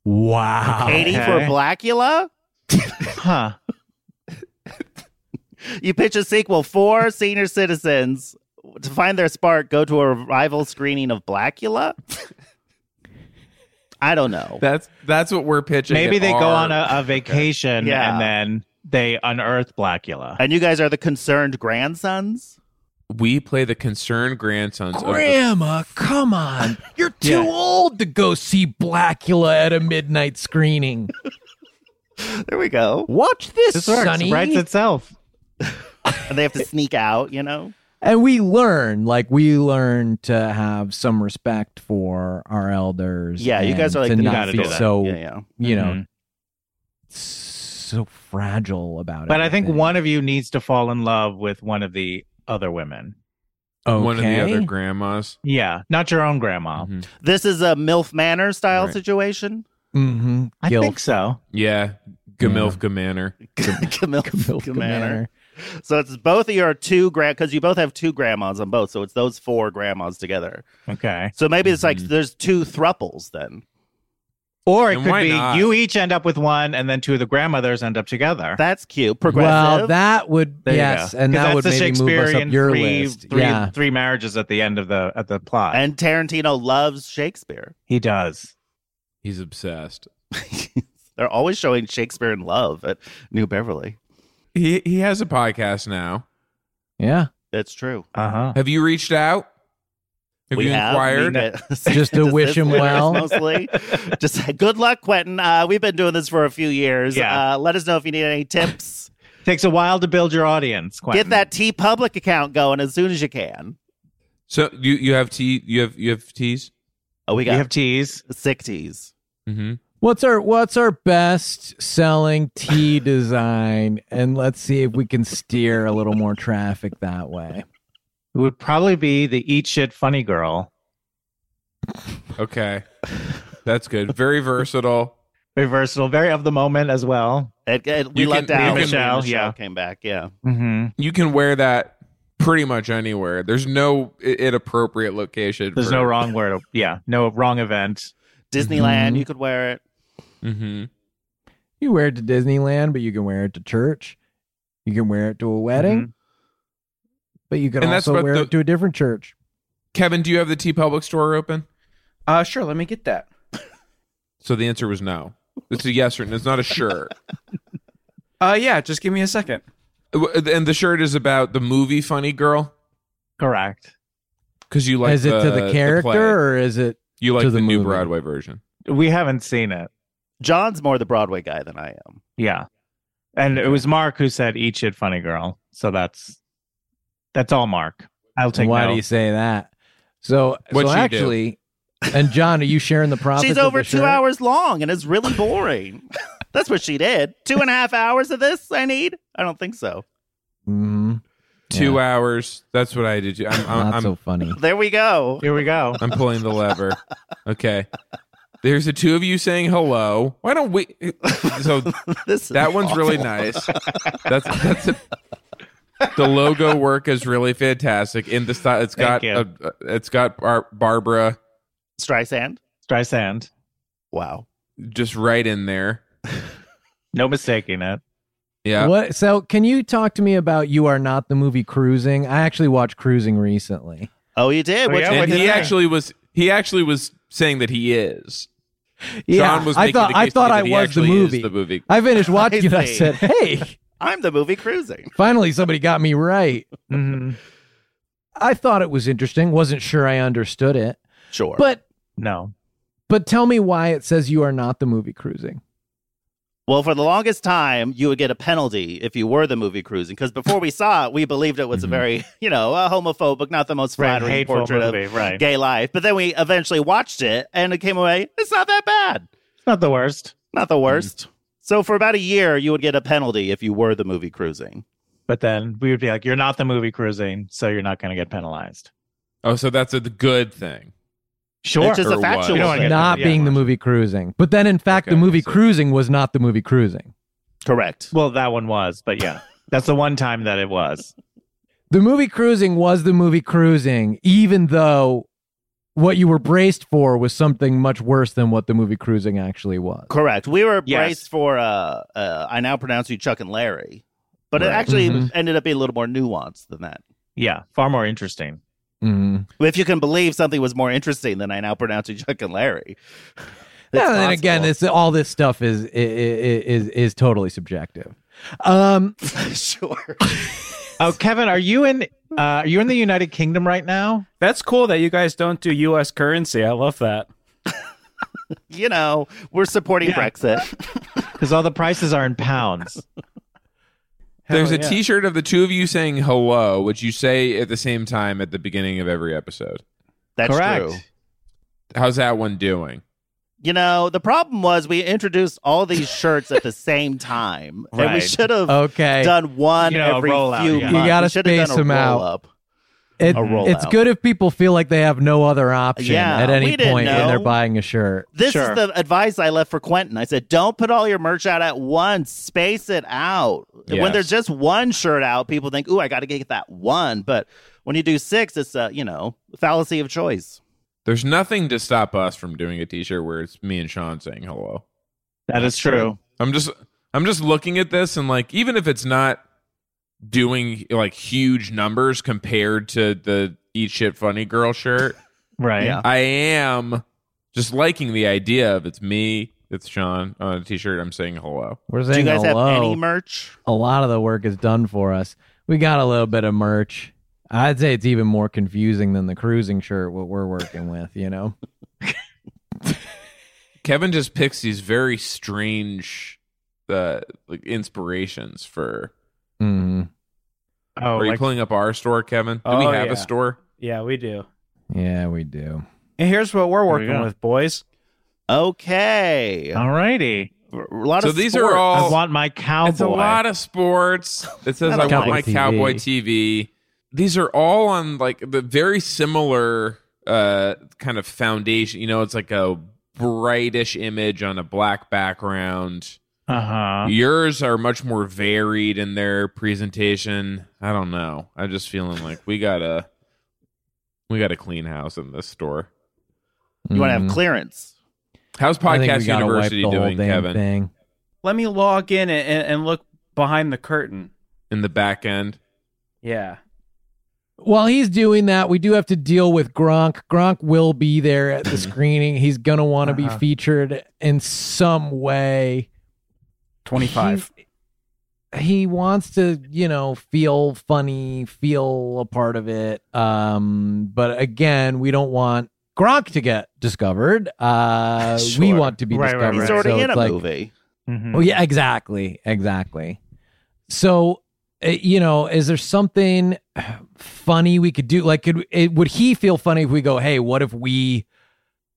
S3: Wow,
S4: Katie for Blackula?
S6: huh?
S4: You pitch a sequel for senior citizens to find their spark. Go to a rival screening of Blackula. I don't know.
S5: That's that's what we're pitching.
S6: Maybe they go on a, a vacation
S4: Yeah.
S6: and then they unearth Blackula.
S4: and you guys are the concerned grandsons.
S5: we play the concerned grandsons of the
S3: Grandma, come on. You're too
S5: Yeah.
S3: old to go see Blackula at a midnight screening.
S4: There we go.
S3: Watch this,
S4: This works.
S3: Sonny.
S4: Writes
S6: itself.
S4: And they have to sneak out. You know.
S3: And we learn, like we learn to have some respect for our elders.
S4: Yeah, you guys
S3: and
S4: are like
S3: to
S4: the
S3: not
S4: gotta do
S3: feel
S4: that.
S3: so
S4: Yeah, yeah. Mm-hmm.
S3: you know
S6: Mhm.
S3: so fragile about it.
S6: But I think one of you needs to fall in love with one of the other women.
S5: one of the
S6: Okay.
S5: other grandmas.
S6: Yeah, not your own grandma.
S4: This is a MILF Manor style
S5: Right.
S4: situation.
S3: Mm-hmm.
S6: I
S5: Guilt.
S6: think so.
S5: Yeah,
S6: Mm.
S5: Gamilf Gamanor.
S4: Camille Manor. So it's both of your two grand because you both have two grandmas on both. So it's those four grandmas together.
S6: Okay.
S4: So maybe it's like there's two thruples then.
S6: Or it
S4: And
S6: could
S4: why
S6: be
S4: not?
S6: you each end up with one, and then two of the grandmothers end up together.
S4: That's cute.
S3: Well, that would
S6: There you
S3: yes,
S6: go.
S3: and
S6: 'Cause
S3: that
S6: that's
S3: would
S6: the
S3: maybe move us up
S6: Shakespearean
S3: your
S6: three,
S3: list.
S6: Three,
S3: yeah.
S6: three marriages at the end of the at the plot.
S4: And Tarantino loves Shakespeare.
S6: He does.
S5: He's obsessed.
S4: They're always showing Shakespeare in love at New Beverly.
S5: He he has a podcast now.
S3: Yeah.
S4: That's true.
S6: Uh huh.
S5: Have you reached out? Have
S4: We
S5: you
S4: have,
S5: inquired?
S4: mean it.
S3: Just to wish him
S4: listeners
S3: well.
S4: Mostly. Just say, good luck, Quentin. Uh, we've been doing this for a few years.
S6: Yeah.
S4: Uh, let us know if you need any tips.
S6: Takes a while to build your audience. Quentin.
S4: Get that T Public account going as soon as you can.
S5: So you you have tea you have you have teas?
S4: Oh, we got
S6: have teas.
S4: Sick teas.
S5: Mm-hmm.
S3: What's our what's our best selling tea design? And let's see if we can steer a little more traffic that way.
S6: It would probably be the eat shit funny girl.
S5: Okay, that's good. Very versatile.
S6: Very versatile, very of the moment as well.
S4: It, it, we
S5: You
S4: lucked
S5: can-
S4: out.
S5: you
S4: when
S5: can-
S4: Michelle,
S5: yeah.
S4: came back. Yeah.
S6: Mm-hmm.
S5: You can wear that pretty much anywhere. There's no i- inappropriate location.
S6: There's
S5: for-
S6: no wrong word. Yeah, no wrong event.
S4: Disneyland, you could wear it.
S5: Mm-hmm.
S3: You wear it to Disneyland, but you can wear it to church. You can wear it to a wedding,
S6: Mm-hmm.
S3: but you can
S5: And that's
S3: also
S5: what
S3: wear
S5: the-
S3: it to a different church.
S5: Kevin, do you have the T Public store open?
S2: Uh, sure. Let me get that.
S5: So the answer was no. It's a yes or no. It's not a sure.
S2: Uh, yeah. Just give me a second.
S5: and the shirt is about the movie Funny Girl
S6: Correct.
S5: because you like uh,
S3: is it to the character
S5: play.
S3: or is it
S5: you like
S3: to
S5: the,
S3: the,
S5: new
S3: movie?
S5: Broadway version.
S6: We haven't seen it.
S4: John's more the Broadway guy than I am.
S6: Yeah. And it was Mark who said eat shit funny girl. So that's that's all Mark. I'll take
S3: Why
S6: no.
S3: do you say that? So,
S6: What'd
S3: so
S6: she do?
S3: actually, and John, are you sharing the profits?
S4: She's
S3: of
S4: over
S3: the
S4: two
S3: shirt?
S4: hours long and it's really boring. That's what she did. Two and a half hours of this I need? I don't think so.
S3: Mm-hmm.
S5: Two hours. That's what I did. too. I'm, I'm,
S3: Not
S5: I'm
S3: so funny.
S4: There we go.
S6: Here we go.
S5: I'm pulling the lever. Okay. There's the two of you saying hello. Why don't we? So
S4: This is
S5: that one's really
S4: awful.
S5: nice. That's that's a, the logo work is really fantastic. In the style, it's
S6: Thank
S5: got a, it's got Bar- Barbara
S4: Streisand.
S6: Streisand.
S4: Wow.
S5: just right in there.
S6: No mistaking it.
S5: Yeah.
S3: What? So, can you talk to me about "You Are Not the Movie Cruising"? I actually watched Cruising recently.
S4: Oh, you did?
S6: Oh,
S4: Which-
S6: yeah,
S4: which-
S5: And he
S6: Yeah.
S5: actually was he actually was saying that he is. John was
S3: I
S5: making
S3: thought
S5: the
S3: I
S5: case
S3: thought
S5: that
S3: I was
S5: he
S3: the
S5: actually is
S3: movie.
S5: the movie.
S3: I finished watching it. I
S4: see.
S3: said, "Hey,
S4: I'm the movie cruising.
S3: finally somebody got me right."
S6: Mhm.
S3: I thought it was interesting. Wasn't sure I understood it,
S4: Sure.
S3: but
S6: No.
S3: But tell me why it says you are not the movie cruising.
S4: Well, for the longest time, you would get a penalty if you were the movie cruising because before we saw it, we believed it was a very, you know, a homophobic, not the most
S6: Right,
S4: flattering
S6: hateful
S4: portrait
S6: movie,
S4: of
S6: right.
S4: gay life. But then we eventually watched it, and it came away. It's not that bad. It's not the worst. Not the worst. So for about a year, you would get a penalty if you were the movie cruising.
S6: But then we would be like, you're not the movie cruising, so you're not going to get penalized.
S10: Oh, so that's a good thing.
S6: Sure.
S4: It's just a
S6: Or
S4: factual
S6: what? You don't wanna get
S3: Not
S6: yeah.
S3: being the movie cruising. But then, in fact, the movie cruising was not the movie cruising.
S4: Correct.
S6: Well, that one was, but yeah, that's the one time that it was.
S3: The movie cruising was the movie cruising, even though what you were braced for was something much worse than what the movie cruising actually was.
S4: Correct. We were
S3: Yes.
S4: braced for uh, uh I now pronounce you Chuck and Larry. But it
S6: Right.
S4: actually
S3: Mm-hmm.
S6: Mhm.
S4: ended up being a little more nuanced than that.
S6: Yeah, far more interesting.
S3: Mm-hmm.
S4: If you can believe something was more interesting than I now pronounce you Chuck and Larry.
S3: Yeah, and then again, it's all this stuff is is is, is totally subjective. Um,
S4: sure.
S6: Oh, Kevin, are you in? Uh, are you in the United Kingdom right now?
S11: That's cool that you guys don't do U.S. currency. I love that.
S4: you know, we're supporting Brexit.
S6: Because all the prices are in pounds.
S5: There's a
S6: yeah.
S5: shirt of the two of you saying hello, which you say at the same time at the beginning of every episode.
S4: That's Correct. true.
S5: How's that one doing?
S4: You know, the problem was we introduced all these shirts at the same time. And we
S5: Right.
S4: should have
S3: Okay.
S4: done one
S3: You know, a
S4: every
S3: rollout,
S4: few
S3: yeah. You
S4: months.
S3: gotta
S4: We should have done
S3: space
S4: a
S3: 'em out.
S4: roll-up.
S3: It,
S4: A rollout.
S3: it's good if people feel like they have no other option
S4: Yeah,
S3: at
S4: we
S3: any
S4: didn't
S3: point when they're
S4: know.
S3: buying a shirt.
S4: This is the advice I left for Quentin. I said, don't put all your merch out at once. Space it out. When
S3: Yes.
S4: there's just one shirt out, people think, ooh, I got to get that one. But when you do six, it's a, you know, fallacy of choice.
S5: There's nothing to stop us from doing a t-shirt where it's me and Sean saying hello.
S6: That is true.
S5: I'm just I'm just looking at this and like even if it's not doing like huge numbers compared to the eat shit funny girl shirt,
S6: Right.
S5: I am just liking the idea of it's me, it's Sean on a t-shirt. I'm saying hello.
S3: We're saying hello.
S4: merch?
S3: A lot of the work is done for us. We got a little bit of merch. I'd say it's even more confusing than the cruising shirt what we're working with, you know.
S5: Kevin just picks these very strange uh, like inspirations for.
S3: Mm.
S6: Oh,
S5: are you
S11: like-
S5: pulling up our store, Kevin? Do we
S11: Oh,
S5: have
S11: yeah.
S5: a store?
S11: Yeah, we do.
S3: Yeah, we do.
S11: And here's what we're working
S5: go.
S11: with, boys.
S4: Okay.
S6: All righty.
S4: A lot
S5: so
S4: of
S5: these
S4: sports.
S5: are all.
S6: I want my cowboy.
S5: It's a lot of sports. It says I
S6: Not a
S5: want my
S6: cowboy
S5: cowboy
S6: TV.
S5: TV. These are all on like the very similar uh kind of foundation. You know, it's like a brightish image on a black background.
S6: Uh
S3: Uh-huh.
S6: huh.
S5: Yours are much more varied in their presentation. I don't know. I'm just feeling like we gotta we gotta clean house in this store.
S4: You
S3: Hmm.
S4: want to have clearance.
S5: How's
S3: Mm-hmm. I think we
S5: Podcast
S3: gotta wipe
S5: University
S3: the whole
S5: doing,
S3: damn
S5: Kevin?
S3: Thing.
S11: Let me log in and- and, and look behind the curtain.
S5: In the back end.
S11: Yeah.
S3: While he's doing that, we do have to deal with Gronk. Gronk will be there at the screening. He's gonna want to
S11: Uh-huh.
S3: be featured in some way.
S11: 25.
S3: he wants to you know feel funny feel a part of it um but again we don't want gronk to get discovered uh we want to be
S4: Right, right,
S3: discovered
S4: right. He's already
S3: so
S4: in
S3: it's
S4: a
S3: like-
S4: movie.
S6: Mm-hmm.
S3: oh yeah exactly exactly so uh, you know is there something funny we could do like could it, would he feel funny if we go hey what if we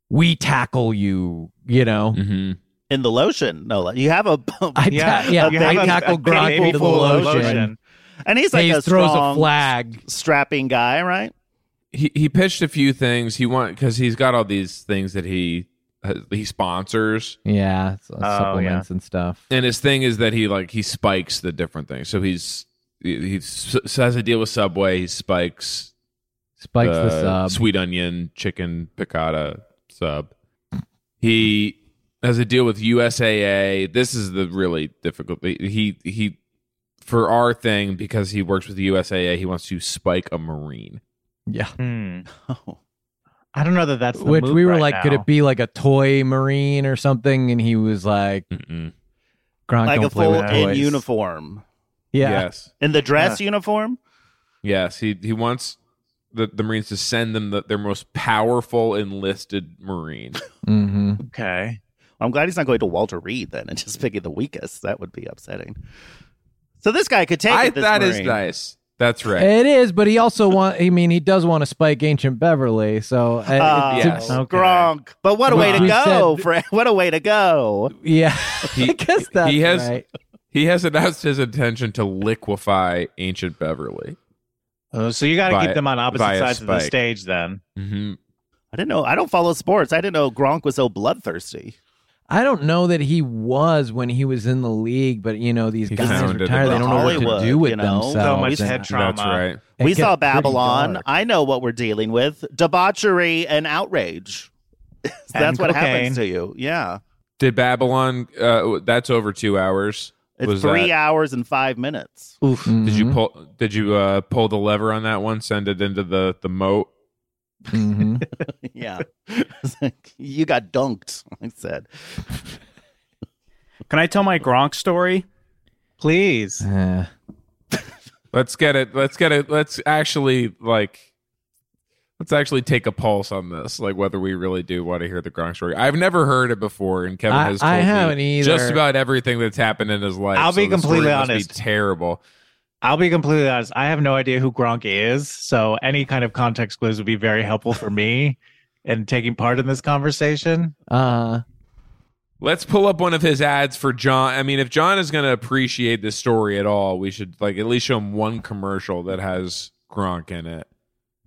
S3: we tackle you you know
S5: Mm-hmm.
S4: in the lotion. No, you have a
S3: I ta- yeah, you have a- a baby full of lotion.
S4: and he's like
S3: He
S4: a
S3: throws a
S4: strong,
S3: flag,
S4: strapping guy, right?
S5: he he pitched a few things he want because he's got all these things that he uh, he sponsors
S3: yeah so
S5: yeah.
S3: supplements
S6: Oh,
S3: and stuff
S5: and his thing is that he like he spikes the different things so he's he, he s- has a deal with subway he spikes
S3: Spikes the sub.
S5: Uh, sweet onion chicken piccata sub he has a deal with usaa this is the really difficult he he for our thing because he works with the usaa he wants to spike a marine
S3: yeah
S6: Hmm. I don't know that that's the
S3: which
S6: move
S3: we were
S6: right
S3: like,
S6: now.
S3: could it be like a toy marine or something? And he was like,
S5: Gronk
S4: like
S3: don't
S4: a
S3: play
S4: full
S3: with
S4: in
S3: toys.
S4: uniform,
S3: Yeah.
S5: yes
S4: in the dress
S5: Yeah.
S4: uniform.
S5: Yes, he he wants the, the Marines to send them the, their most powerful enlisted Marine.
S3: Mm-hmm.
S4: Okay. I'm glad he's not going to Walter Reed then and just picking the weakest. That would be upsetting. So this guy could take
S5: I-
S4: it. This
S5: that is
S4: Marine.
S5: nice. That's right.
S3: It is, but he also want. I mean, he does want to spike ancient Beverly. So uh,
S4: Oh,
S3: to- okay.
S4: Gronk. But what a way to
S3: We
S4: go, Fred. What a way to go.
S3: Yeah.
S5: He, I
S3: guess that's
S5: he has
S3: right.
S5: he has announced his intention to liquefy ancient Beverly.
S6: Oh, so you got to
S5: By-
S6: keep them on opposite
S5: by a
S6: sides of the
S5: spike.
S6: stage then.
S5: Mm-hmm.
S4: I didn't know. I don't follow sports. I didn't know Gronk was so bloodthirsty.
S3: I don't know that he was when he was in the league, but you know these guys
S4: founded
S3: retire. They
S4: the
S3: don't know what
S4: Hollywood,
S3: to do with
S4: you know?
S3: themselves.
S4: So much
S3: and-
S4: head trauma. That's right.
S3: It
S4: we
S3: got
S4: saw
S3: pretty
S4: Babylon.
S3: dark.
S4: I know what we're dealing with debauchery and outrage. That's
S5: And
S4: what
S5: cocaine.
S4: happens to you. Yeah.
S5: Did Babylon? Uh, that's over two hours.
S4: It's
S5: Was
S4: three
S5: that-
S4: hours and five minutes.
S3: Oof.
S5: Did you pull? Did you uh, pull the lever on that one? Send it into the the moat.
S3: Mm-hmm.
S4: yeah. It's like, you got dunked, I said.
S11: Can I tell my Gronk story?
S6: Please.
S5: Let's get it. Let's get it. Let's actually like. Let's actually take a pulse on this, like whether we really do want to hear the Gronk story. I've never heard it before, and Kevin
S3: I-
S5: has. Told
S3: I
S5: me
S3: haven't either.
S5: Just about everything that's happened in his life.
S6: I'll
S5: so
S6: be
S5: the story
S6: completely
S5: must be
S6: honest.
S5: terrible.
S6: I'll be completely honest. I have no idea who Gronk is, so any kind of context clues would be very helpful for me in taking part in this conversation.
S3: Uh,
S5: Let's pull up one of his ads for John. I mean, if John is going to appreciate this story at all, we should like at least show him one commercial that has Gronk in it.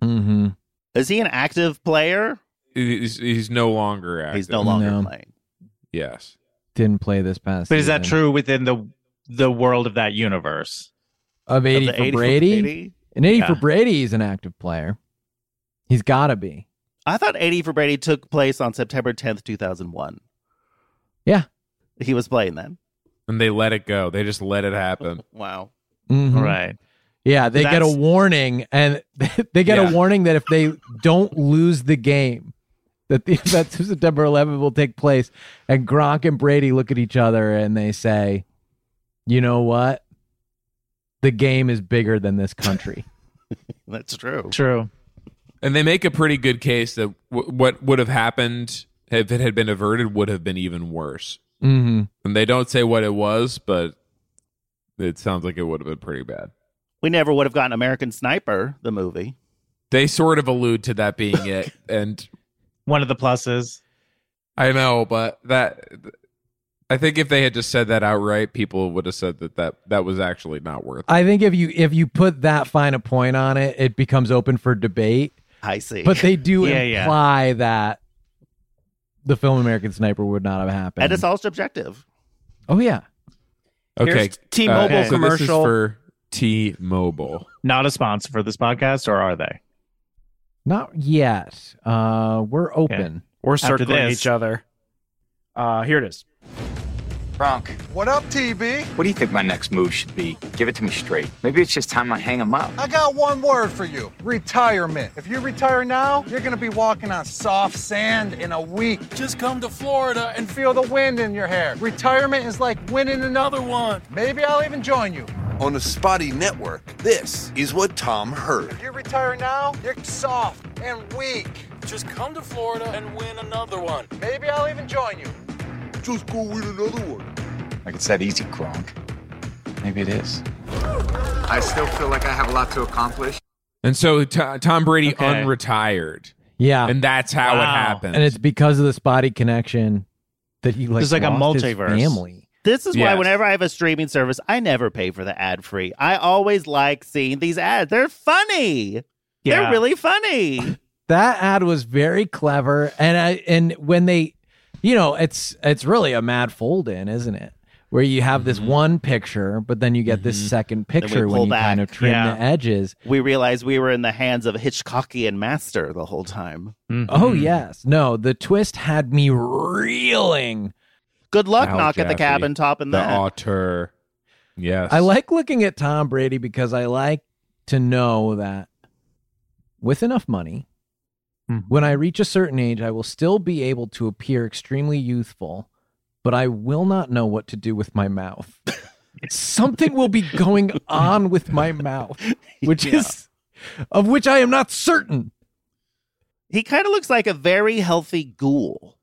S3: Mm-hmm.
S4: Is he an active player?
S5: He's, he's no longer active.
S4: He's no longer
S3: No.
S4: playing.
S5: Yes.
S3: Didn't play this past.
S6: But is that
S3: season.
S6: true within the the world of that universe?
S3: Of eighty
S6: the
S3: for
S6: 80 for
S3: Brady.
S6: 80?
S3: An eighty for
S6: Yeah.
S3: Brady is an active player. He's got to be.
S4: I thought 80 for Brady took place on September 10th, 2001.
S3: Yeah.
S4: He was playing then.
S5: And they let it go. They just let it happen.
S4: wow.
S3: Mhm.
S6: Right.
S3: Yeah, they get a
S6: That's-
S3: warning, and they get
S5: Yeah.
S3: a warning that if they don't lose the game, that the that September 11 will take place. And Gronk and Brady look at each other and they say, "You know what? The game is bigger than this country."
S4: That's true.
S6: True.
S5: And they make a pretty good case that w- what would have happened if it had been averted would have been even worse.
S3: mm-hmm.
S5: And they don't say what it was, but it sounds like it would have been pretty bad.
S4: We never would have gotten American Sniper, the movie.
S5: They sort of allude to that being it, and
S6: One of the pluses.
S5: I know, but that I think if they had just said that outright, people would have said that that, that was actually not worth it.
S3: I think if you if you put that fine a point on it, it becomes open for debate.
S4: I see.
S3: But they do
S4: Yeah, yeah.
S3: imply that the film American Sniper would not have happened.
S4: And it's also objective.
S3: oh yeah.
S5: Okay, uh,
S6: Here's T-Mobile
S5: so this is
S6: commercial.
S5: for T-Mobile.
S6: Not a sponsor for this podcast, or are they?
S3: Not yet. Uh, we're open.
S11: We're
S6: After
S11: circling
S6: this.
S11: each other. Uh, here it is.
S12: Bronk. What up, TB? What do you think my next move should be? Give it to me straight. Maybe it's just time I hang him up.
S13: I got one word for you retirement. If you retire now, you're going to be walking on soft sand in a week. Just come to Florida and feel the wind in your hair. Retirement is like winning another one. Maybe I'll even join you.
S14: On the Spotty Network, this is what Tom heard.
S13: If you retire now, you're soft and weak. Just come to Florida and win another one. Maybe I'll even join you. Just go win another one.
S12: Like it's that easy, Gronk. Maybe it is.
S14: I still feel like I have a lot to accomplish.
S5: And so T- Tom Brady
S3: Okay.
S5: unretired.
S3: Yeah.
S5: And that's how it
S3: Wow.
S5: happened.
S3: And it's because of the spotty connection that he like
S5: It's like a
S3: lost his
S5: multiverse.
S3: family.
S4: This is why
S3: Yes.
S4: whenever I have a streaming service, I never pay for the ad free. I always like seeing these ads. They're funny.
S3: Yeah.
S4: They're really funny.
S3: That ad was very clever, and I and when they, you know, it's it's really a mad fold in, isn't it? Where you have this
S12: Mm-hmm.
S3: one picture, but then you get this second
S4: Then we
S3: picture when
S4: pull
S3: you kind
S4: back.
S3: of trim
S4: Yeah.
S3: the edges.
S4: we realized we were in the hands of a Hitchcockian master the whole time.
S3: Oh yes, no, the twist had me reeling.
S4: Good luck,
S3: Wow,
S4: knock at the
S3: Jaffe.
S4: cabin top, and
S3: The
S4: that.
S5: auteur. Yes.
S3: I like looking at Tom Brady because I like to know that with enough money, when I reach a certain age, I will still be able to appear extremely youthful, but I will not know what to do with my mouth. Something will be going on with my mouth, which
S4: Yeah.
S3: is of which I am not certain.
S4: He kind of looks like a very healthy ghoul.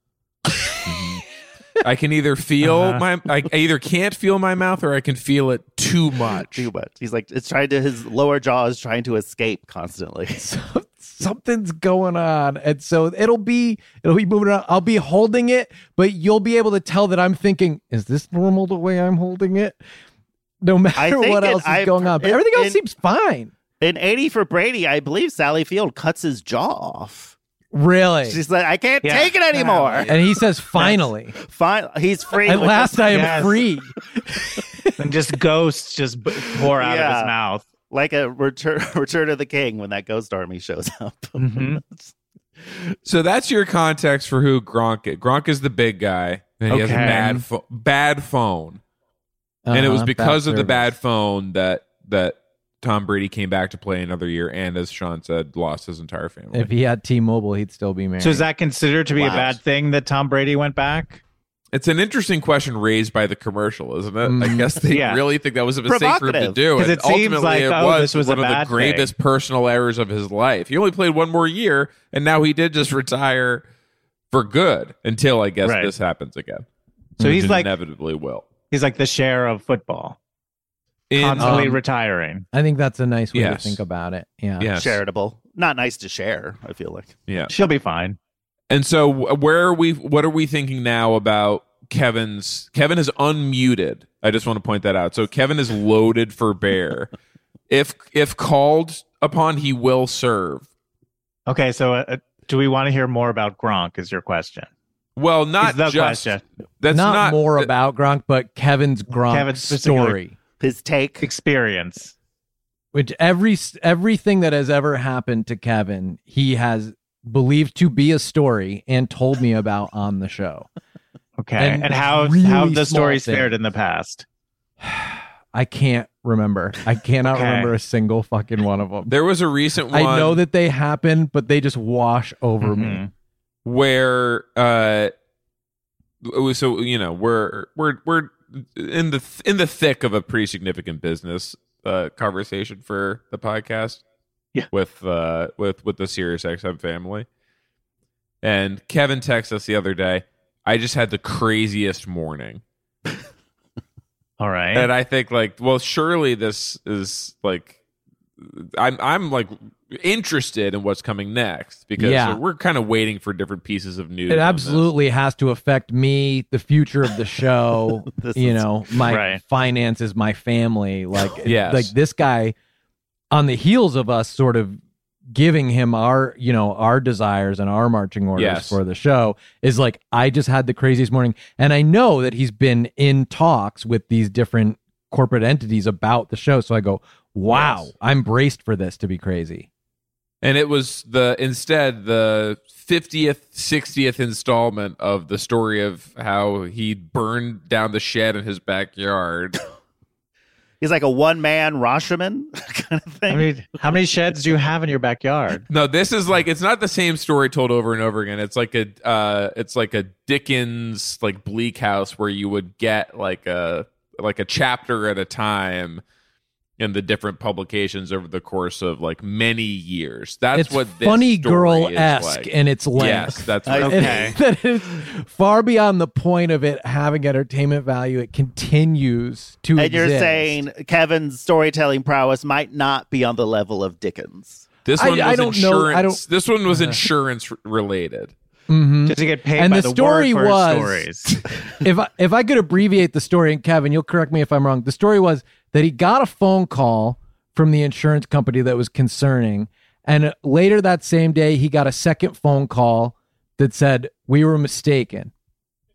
S5: I can either feel
S4: Uh-huh.
S5: my, I, I either can't feel my mouth or I can feel it too much.
S4: too much. He's like it's trying to his lower jaw is trying to escape constantly.
S3: Something's going on, and so it'll be it'll be moving around. I'll be holding it, but you'll be able to tell that I'm thinking, is this normal the way I'm holding it? No matter
S4: think
S3: what
S4: that
S3: else is
S4: I've-
S3: going on, but
S4: in-
S3: everything else
S4: in-
S3: seems fine.
S4: In 80 for Brady, I believe Sally Field cuts his jaw off.
S3: Really,
S4: She's like, I can't take it anymore.
S3: And he says, "Finally,
S4: Fine, he's free.
S3: at last, I am free."
S4: and just ghosts just pour
S6: out of his
S4: mouth. Like a return, return of the king when that ghost army shows up.
S3: Mm-hmm.
S5: So that's your context for who Gronk is. Gronk is the big guy, and he has a
S10: Okay.
S5: bad, pho- bad phone. and it was
S10: Uh-huh,
S5: because
S10: bad
S5: of the
S10: service.
S5: bad phone that that Tom Brady came back to play another year, and as Sean said, lost his entire family.
S3: If he had T-Mobile, he'd still be married.
S6: So is that considered to be
S5: Wow.
S6: a bad thing that Tom Brady went back?
S5: It's an interesting question raised by the commercial, isn't it? I
S6: Mm.
S5: guess they
S6: Yeah.
S5: really think that was a mistake for him to
S6: Provocative.
S5: do.
S6: 'Cause
S5: and
S6: it seems
S5: ultimately
S6: like,
S5: it
S6: oh,
S5: was,
S6: this was a
S5: one of
S6: bad
S5: the gravest personal errors of his life. He only played one more year, and now he did just retire for good until I guess
S6: Right.
S5: this happens again.
S3: Mm-hmm.
S6: So
S5: Which
S6: he's like-
S5: inevitably will.
S6: He's like the share of football,
S5: In-
S6: constantly
S5: Um,
S6: retiring.
S3: I think that's a nice way
S5: Yes.
S3: to think about it. Yeah.
S4: Charitable. Not nice to share, I feel like.
S5: Yeah,
S6: she'll be fine.
S5: And so, wh- where are we? What are we thinking now about Kevin's? Kevin is unmuted. I just want to point that out. So Kevin is loaded for bear. if if called upon, he will serve.
S6: Okay, so uh, uh, do we want to hear more about Gronk? Is your question?
S5: Well, not
S6: Is the
S5: just
S6: question.
S5: that's
S3: not,
S5: not,
S3: more about Gronk, but Kevin's Gronk
S6: particular
S3: story,
S4: his take,
S6: experience.
S3: which every everything that has ever happened to Kevin, he has believed to be a story and told me about on the show.
S6: Okay, and, how how the stories fared in the past?
S3: I can't remember. I cannot
S6: Okay.
S3: remember a single fucking one of them.
S5: There was a recent one. Mm-hmm.
S3: I know that they happen, but they just wash over
S6: Mm-hmm.
S3: me.
S5: where uh w- so you know we're we're we're in the th- in the thick of a pretty significant business uh conversation for the podcast
S6: yeah
S5: with uh with with the Sirius XM family and Kevin texted us the other day I just had the craziest morning
S6: all right
S5: and I think like well surely this is like I'm I'm like interested in what's coming next because
S3: Yeah.
S5: we're kind of waiting for different pieces of news
S3: It
S5: on this.
S3: absolutely has to affect me, the future of the show,
S5: This
S3: you
S5: is-
S3: know, my
S5: Right.
S3: finances, my family. Like,
S5: Yes.
S3: like this guy on the heels of us sort of giving him our, you know, our desires and our marching orders
S5: Yes.
S3: for the show is like, I just had the craziest morning. And I know that he's been in talks with these different corporate entities about the show. So I go, wow, I'm braced for this to be crazy.
S5: And it was the instead the 50th, 60th installment of the story of how he burned down the shed in his backyard.
S4: He's like a one man Rashomon.
S6: I mean, how many sheds do you have in your backyard?
S5: no, this is like it's not the same story told over and over again. It's like a uh it's like a Dickens like bleak house where you would get like a like a chapter at a time in the different publications over the course of like many years. That's
S3: it's
S5: what this
S3: funny
S5: story
S3: girl
S5: is
S3: esque
S5: like.
S3: in its length.
S5: Yes, that's right.
S3: It- that is far beyond the point of it having entertainment value. It continues to.
S4: and you're
S3: exist.
S4: saying Kevin's storytelling prowess might not be on the level of Dickens.
S5: This
S3: I-
S5: one
S3: I
S5: was
S3: don't know- I
S5: insurance. this one was insurance r- related.
S3: Mhm.
S6: Just to get paid
S3: and the,
S6: by the word
S3: story
S6: for
S3: was
S6: stories.
S3: if I, if I could abbreviate the story, and Kevin, you'll correct me if I'm wrong. The story was that he got a phone call from the insurance company that was concerning, and later that same day, he got a second phone call that said we were mistaken,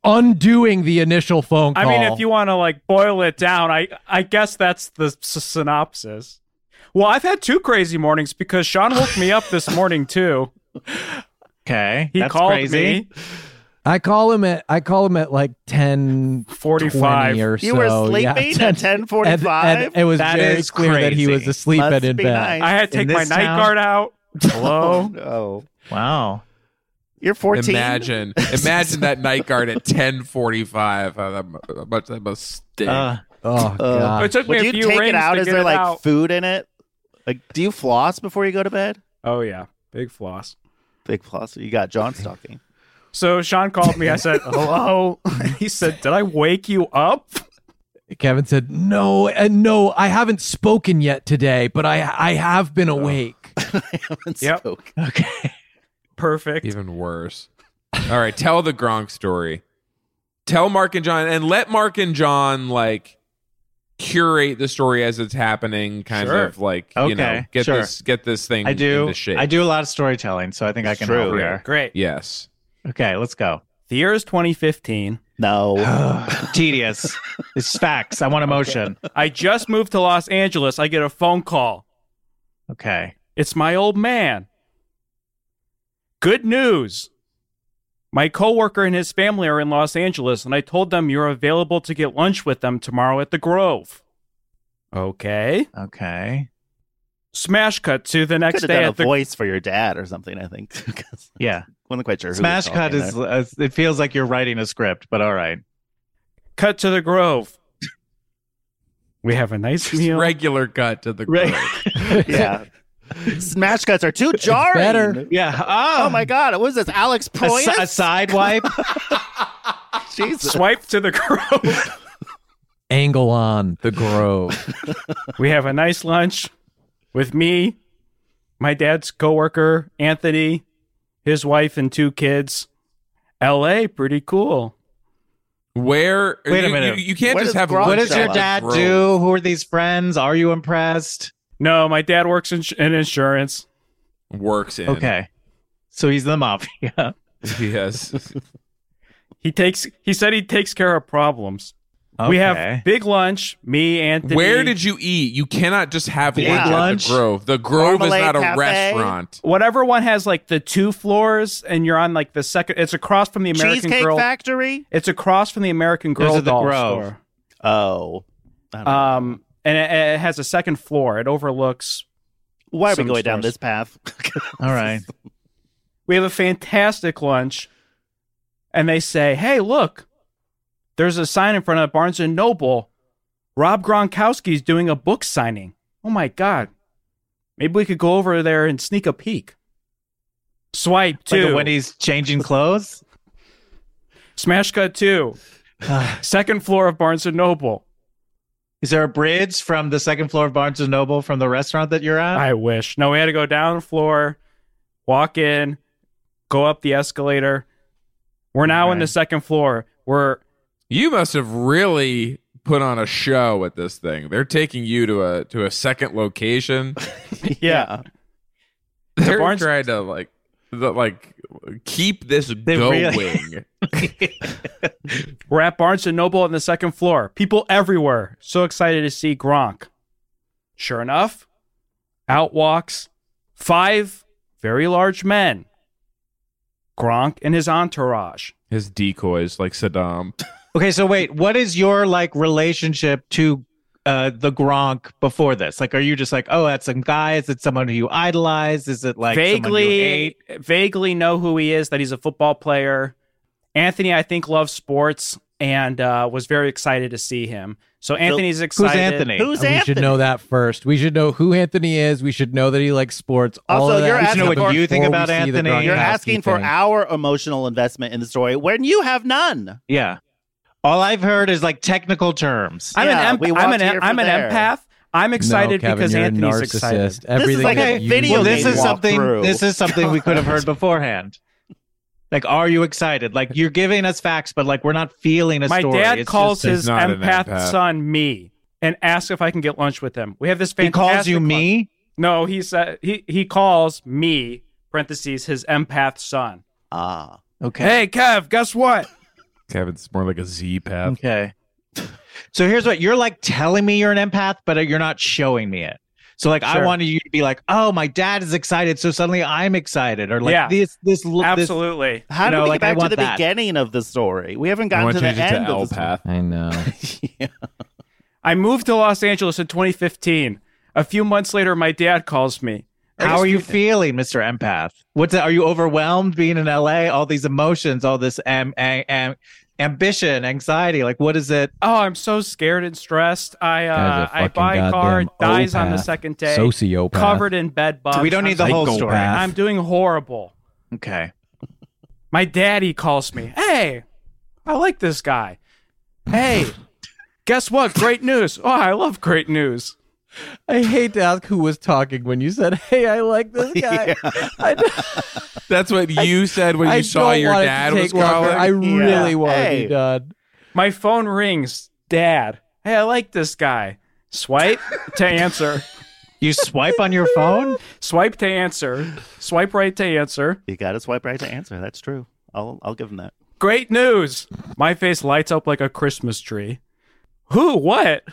S3: undoing the initial phone
S15: I
S3: call.
S15: mean, if you want to like boil it down, I I guess that's the s- synopsis. Well, I've had two crazy mornings because Sean woke me up this morning too.
S6: Okay,
S15: he
S3: that's
S15: called
S3: crazy.
S15: me.
S3: I call him at I call him at like ten forty
S15: 45.
S3: or
S15: You were
S3: so. Yeah,
S15: sleeping at
S4: 10:45?
S3: and- and It was
S15: That
S3: very
S15: is
S3: clear that he was
S15: crazy.
S3: asleep
S15: Must
S3: and in
S15: be
S3: bed.
S15: nice. I had to In take my this night town? guard out. Hello?
S4: oh,
S6: wow.
S4: You're 14.
S5: Imagine, imagine that night guard at ten forty five. How that mu- how much that must stink.
S6: Uh,
S3: oh
S5: God.
S15: It took me
S4: Would
S15: a
S4: you
S15: few
S4: take it
S15: rings
S4: out?
S15: to
S4: Is
S15: get
S4: there
S15: it
S4: like
S15: out.
S4: food in it? Like, do you floss before you go to bed?
S15: Oh yeah, big floss.
S4: Big floss. You got John stocking.
S15: So Sean called me. I said, "Hello." he said, "Did I wake you up?"
S3: Kevin said, "No, and no, I haven't spoken yet today, but I I have been awake."
S15: Yep.
S3: Okay.
S15: Perfect.
S5: Even worse. All right, tell the Gronk story. Tell Mark and John, and let Mark and John like curate the story as it's happening. Kind
S6: Sure.
S5: of like you
S6: Okay,
S5: know, get
S6: sure.
S5: this get this thing.
S6: I do.
S5: Into shape.
S6: I do a lot of storytelling, so I think I can help here.
S15: Great.
S5: Yes.
S6: Okay, let's go.
S15: The year is 2015.
S4: No.
S6: Tedious. it's facts. I want emotion.
S15: I just moved to Los Angeles. I get a phone call.
S6: Okay.
S15: It's my old man. Good news. My coworker and his family are in Los Angeles, and I told them you're available to get lunch with them tomorrow at the Grove. Okay.
S6: Okay.
S15: Smash cut to the next
S4: Could have
S15: day
S4: done a
S15: at the
S4: voice for your dad or something. I think. 'Cause
S6: Yeah.
S4: wasn't quite sure. who was
S6: Smash cut
S4: talking
S6: is.
S4: there.
S6: Uh, it feels like you're writing a script, but all right.
S15: cut to the Grove. We have a nice meal.
S5: Regular cut to the
S4: Grove. yeah. Smash cuts are too jarring.
S6: better. Yeah.
S4: Oh. my god. What is this, Alex
S6: A,
S4: Proyas?
S6: Um, si- a side wipe.
S4: Jesus.
S15: Swipe to the Grove.
S3: Angle on the Grove.
S15: we have a nice lunch with me, my dad's coworker, Anthony, his wife, and two kids. LA, pretty cool.
S5: Where?
S6: Wait a you- minute. you- you can't What just does have Gronk
S15: What
S6: What
S15: does
S6: does your dad do? Who are these friends? Are you impressed?
S15: No, my dad works in, in insurance.
S5: Works in.
S6: Okay. So he's the mafia.
S5: Yes.
S15: He takes. He said he takes care of problems. We
S5: Okay.
S15: have big lunch. Me, Anthony.
S5: Where did you eat? You cannot just have
S15: Big
S5: lunch,
S15: lunch.
S5: at the Grove. The Grove is
S15: Marmalade
S5: not a
S15: Cafe.
S5: restaurant.
S15: Whatever one has like the two floors, and you're on like the second. It's across from the American
S4: Cheesecake
S15: Girl.
S4: Factory.
S15: It's across from the American Girl
S4: Those are the
S15: doll
S4: Grove.
S15: store.
S4: Oh.
S15: Um, and it, it has a second floor. It overlooks.
S4: Why are we
S15: some
S4: going down
S15: stores.
S4: this path?
S6: All right.
S15: We have a fantastic lunch, and they say, "Hey, look, there's a sign in front of Barnes and Noble. Rob Gronkowski's doing a book signing. Oh my god, maybe we could go over there and sneak a peek." Swipe
S6: Like
S15: two.
S6: when he's changing clothes.
S15: Smash cut two. Second floor of Barnes and Noble.
S6: Is there a bridge from the second floor of Barnes and Noble from the restaurant that you're at?
S15: I wish. No, we had to go down the floor, walk in, go up the escalator. We're now in the second floor. We're
S5: You must have really put on a show at this thing. They're taking you to a to a second location.
S15: yeah.
S5: They're trying to like the, like keep this going.
S15: really- We're at Barnes and Noble on the second floor. People everywhere. So excited to see Gronk. Sure enough, out walks five very large men. Gronk and his entourage.
S5: His decoys like Saddam.
S6: Okay, so wait, what is your like relationship to uh the Gronk before this? Like, are you just like, oh, that's some guy? Is it someone who you idolize? Is it like someone you hate?
S15: vaguely vaguely know who he is, that he's a football player. Anthony, I think, loves sports and uh, was very excited to see him. So Anthony's excited.
S3: we should know that first. We should know who Anthony is. We should know that he likes sports. All
S4: Also,
S3: of that.
S4: you're
S3: We should
S4: asking
S3: know
S4: for-
S3: before we see the Gronkowski
S4: You're asking for
S3: thing.
S4: our emotional investment in the story when you have none.
S6: Yeah. All I've heard is like technical terms.
S15: I'm an empath. I'm an, em- I'm an empath. I'm excited
S6: Kevin,
S15: because
S6: you're a
S15: Anthony's
S6: narcissist.
S15: excited.
S6: Everything This is like that a you video
S15: Well,
S6: game you walk through. This is something we could have heard beforehand. Like, are you excited? Like, you're giving us facts, but like, we're not feeling a
S15: My
S6: story.
S15: dad
S6: It's
S15: calls his
S6: just-
S15: empath, son me and asks if I can get lunch with him. We have this
S6: He
S15: fantastic.
S6: calls you me?
S15: lunch. No, he said he he calls me parentheses his empath son.
S4: Ah,
S6: okay.
S15: Hey, Kev, guess what?
S5: Kevin's more like a Z path.
S6: Okay. So here's what you're like telling me you're an empath, but you're not showing me it. So like I
S15: Sure.
S6: wanted you to be like, oh, my dad is excited, so suddenly I'm excited, or like
S15: Yeah.
S6: this this l- this-
S15: Absolutely.
S4: How
S6: you
S4: do
S6: know,
S4: we
S6: like,
S4: get
S6: I
S4: back to
S6: want
S4: the
S6: that.
S4: beginning of the story? We haven't gotten to the end of the story.
S3: I know.
S15: I moved to Los Angeles in 2015. A few months later, my dad calls me.
S6: How are you feeling, Mr. Empath? What's that? Are you overwhelmed being in LA? All these emotions, all this am, am, am ambition, anxiety? Like, what is it?
S15: Oh, I'm so scared and stressed. I
S6: Guy's
S15: uh,
S6: a
S15: I
S6: fucking
S15: buy a car,
S6: goddamn
S15: dies on the
S6: opath.
S15: second day,
S6: Sociopath.
S15: covered in bed bugs.
S6: We don't need the whole Psychopath. story.
S15: I'm doing horrible.
S6: Okay.
S15: My daddy calls me. Hey, I like this guy. Hey, guess what? Great news. Oh, I love great news.
S3: I hate to ask who was talking when you said, "Hey, I like this guy." I don't-
S10: That's what you said when
S3: I
S10: you saw
S3: don't
S10: your
S3: want it to
S10: dad
S3: take
S10: was
S3: longer.
S10: calling.
S3: I really want to be done.
S15: My phone rings. Dad. Hey, I like this guy. Swipe to answer.
S6: You swipe on your phone?
S15: Swipe to answer. Swipe right to answer.
S4: You got to swipe right to answer. That's true. I'll I'll give him that.
S15: Great news. My face lights up like a Christmas tree. Who? What?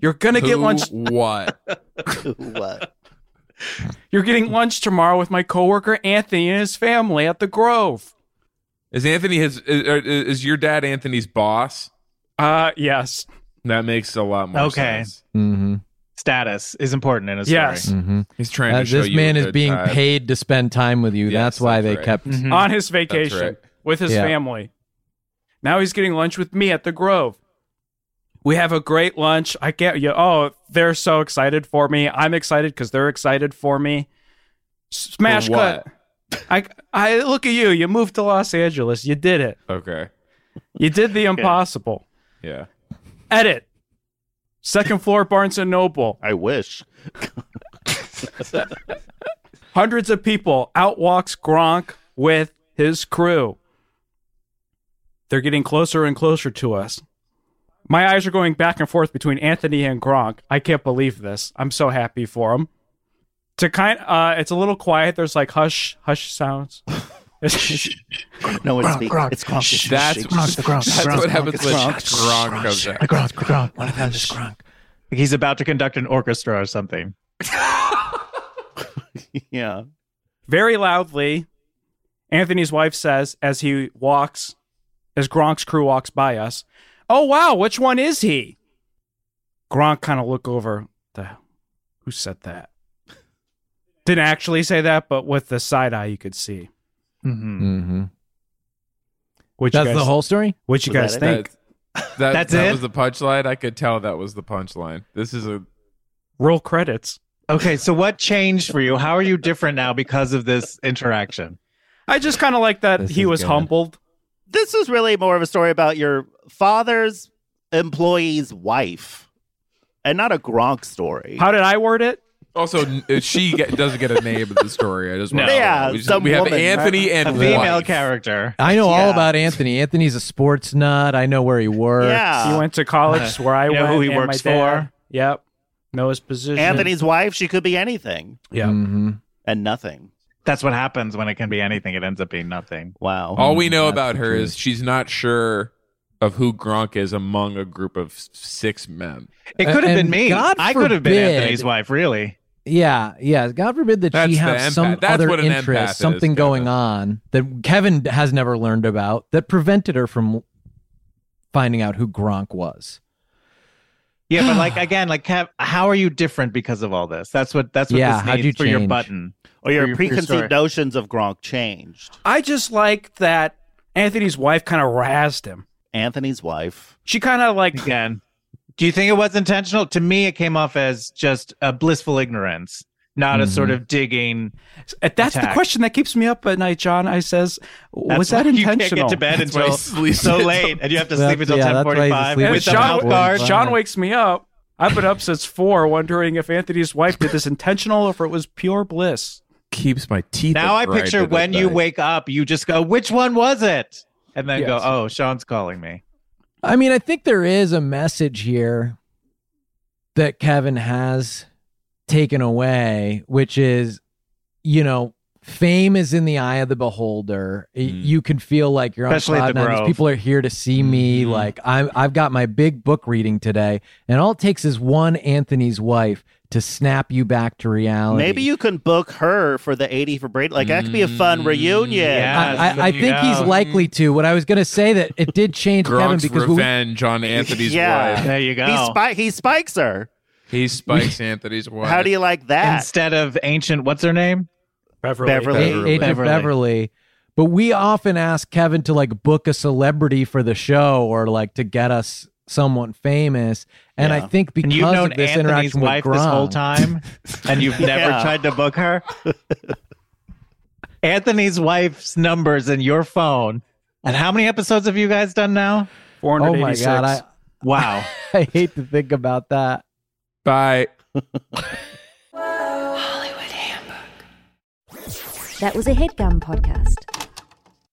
S15: You're going to get
S10: Who,
S15: lunch.
S10: What?
S4: what?
S15: You're getting lunch tomorrow with my coworker Anthony and his family at the Grove.
S10: Is Anthony his? Is, or is your dad Anthony's boss?
S15: Uh, yes.
S10: That makes a lot more
S6: Okay.
S10: sense.
S3: Mm-hmm.
S6: Status is important in a story.
S15: Yes.
S3: Mhm.
S10: He's trying to
S3: Uh,
S10: show
S3: this
S10: you
S3: man
S10: a
S3: is
S10: good
S3: being
S10: time.
S3: paid to spend time with you. that's why they
S10: right. Mm-hmm.
S3: kept
S15: on his
S10: That's
S15: vacation
S10: right.
S15: with his
S3: Yeah.
S15: family. Now he's getting lunch with me at the Grove. We have a great lunch. I can't. You, oh, they're so excited for me. I'm excited because they're excited for me. Smash
S10: For what?
S15: cut. I I look at you. You moved to Los Angeles. You did it.
S10: Okay.
S15: You did the impossible.
S10: Yeah.
S15: Edit. Second floor Barnes and Noble.
S4: I wish.
S15: Hundreds of people. Out walks Gronk with his crew. They're getting closer and closer to us. My eyes are going back and forth between Anthony and Gronk. I can't believe this. I'm so happy for him. To kind, uh, it's a little quiet. There's like hush, hush sounds.
S4: no
S15: one's
S4: speaking. Gronk, It's Gronk. Shh,
S10: That's,
S4: shh, shh, shh,
S10: that's
S4: shh, Gronk,
S10: what
S4: Gronk,
S10: happens
S4: it's
S10: when
S4: Gronk.
S10: Gronk comes out.
S6: Gronk, Gronk. What about this Gronk? He's about to conduct an orchestra or something.
S4: yeah.
S15: Very loudly, Anthony's wife says as he walks, as Gronk's crew walks by us, Oh, wow, which one is he? Gronk kind of look over. The, who said that? Didn't actually say that, but with the side eye, you could see.
S3: Mm-hmm.
S15: What you
S3: That's
S15: guys-
S3: the whole story.
S15: What you
S3: Was
S15: guys
S3: that it?
S15: think?
S10: That, that,
S15: That's
S10: that
S15: it?
S10: was the punchline. I could tell that was the punchline. This is a
S15: Roll credits.
S6: Okay, so what changed for you? How are you different now because of this interaction?
S15: I just kind of like that he was humbled.
S4: This is really more of a story about your father's employee's wife, and not a Gronk story.
S15: How did I word it?
S10: Also, n- uh, she get, doesn't get a name in the story. I just
S4: No.
S10: want to
S4: Yeah,
S10: we, just-
S4: some
S10: we have
S4: woman.
S10: Anthony and
S6: a female
S10: wife.
S6: character.
S3: I know all about Anthony. Anthony's a sports nut. I know where he works.
S15: He went to college where I
S4: You know
S15: went.
S4: who he
S15: and my
S4: works
S15: dad.
S4: for?
S15: Yep. Know his position.
S4: Anthony's wife, she could be anything
S15: Yeah.
S4: and nothing.
S6: That's what happens when it can be anything. It ends up being nothing.
S4: Wow.
S10: All we know about her is she's not sure of who Gronk is among a group of s- six men.
S6: It could have been me. I could have been Anthony's wife, really.
S3: Yeah, yeah. God forbid that
S6: That's
S3: she
S6: the
S3: has some
S6: empath. That's
S3: other
S6: what an empath
S3: interest,
S6: is,
S3: something going on that Kevin has never learned about that prevented her from finding out who Gronk was.
S6: Yeah, but like again, like Kev, how are you different because of all this? That's what that's what
S3: Yeah,
S6: this
S3: how'd
S6: needs
S3: you
S6: for your
S3: change?
S6: button
S4: Or your
S6: for for
S4: preconceived
S6: story.
S4: notions of Gronk changed.
S15: I just like that Anthony's wife kind of razzed him.
S4: Anthony's wife.
S15: She kind of like
S6: again. Do you think it was intentional? To me, it came off as just a blissful ignorance, not a sort
S15: Mhm.
S6: of digging.
S15: That's the
S6: attack.
S15: question that keeps me up at night, John. I says, was
S6: That's
S15: that
S6: why
S15: intentional?
S6: You can't get to bed
S15: That's why
S6: until
S15: he sleeps
S6: so
S15: until-
S6: late, and you have to sleep until
S15: yeah,
S6: ten
S15: that's why he's
S6: forty-five
S15: asleep
S6: with the
S15: until
S6: mouth
S15: 10:45.
S6: guard.
S15: John wakes me up. I've been up since four, wondering if Anthony's wife did this intentional or if it was pure bliss.
S10: Keeps my teeth.
S6: Now I picture when you wake up, you just go, "Which one was it?" And then go,
S3: Yes.
S6: "Oh, Sean's calling me."
S3: I mean, I think there is a message here that Kevin has taken away, which is, you know, fame is in the eye of the beholder. Y- You can feel like you're on
S6: Mm. Especially at
S3: cloud
S6: the
S3: nine. These
S6: Grove. Mm-hmm.
S3: People are here to see me. Like I'm, I've got my big book reading today, and all it takes is one Anthony's wife to snap you back to reality.
S4: Maybe you can book her for the 80 for Brady. Like, that could be a fun reunion.
S3: I, I, I think he's likely to. What I was going to say that it did change Kevin
S10: Gronk's
S3: because we-
S10: revenge on Anthony's
S4: Yeah.
S10: wife.
S4: There
S6: you
S4: He, spi- he spikes her.
S10: He spikes Anthony's wife.
S4: How do you like that?
S6: Instead of ancient, what's her name?
S15: Beverly.
S3: Beverly. Agent Beverly.
S6: But we often ask Kevin to like book a celebrity for the show or like to get us someone famous. And I think because
S4: And you've known
S6: of this
S4: Anthony's
S6: interaction with
S4: wife this whole
S6: Gronk-
S4: time, and you've never
S6: Yeah.
S4: tried to book her. Anthony's wife's numbers in your phone. And how many episodes have you guys done now?
S6: Oh my god! I,
S4: wow.
S6: I hate to think about that.
S5: Bye.
S7: That was a headgum podcast.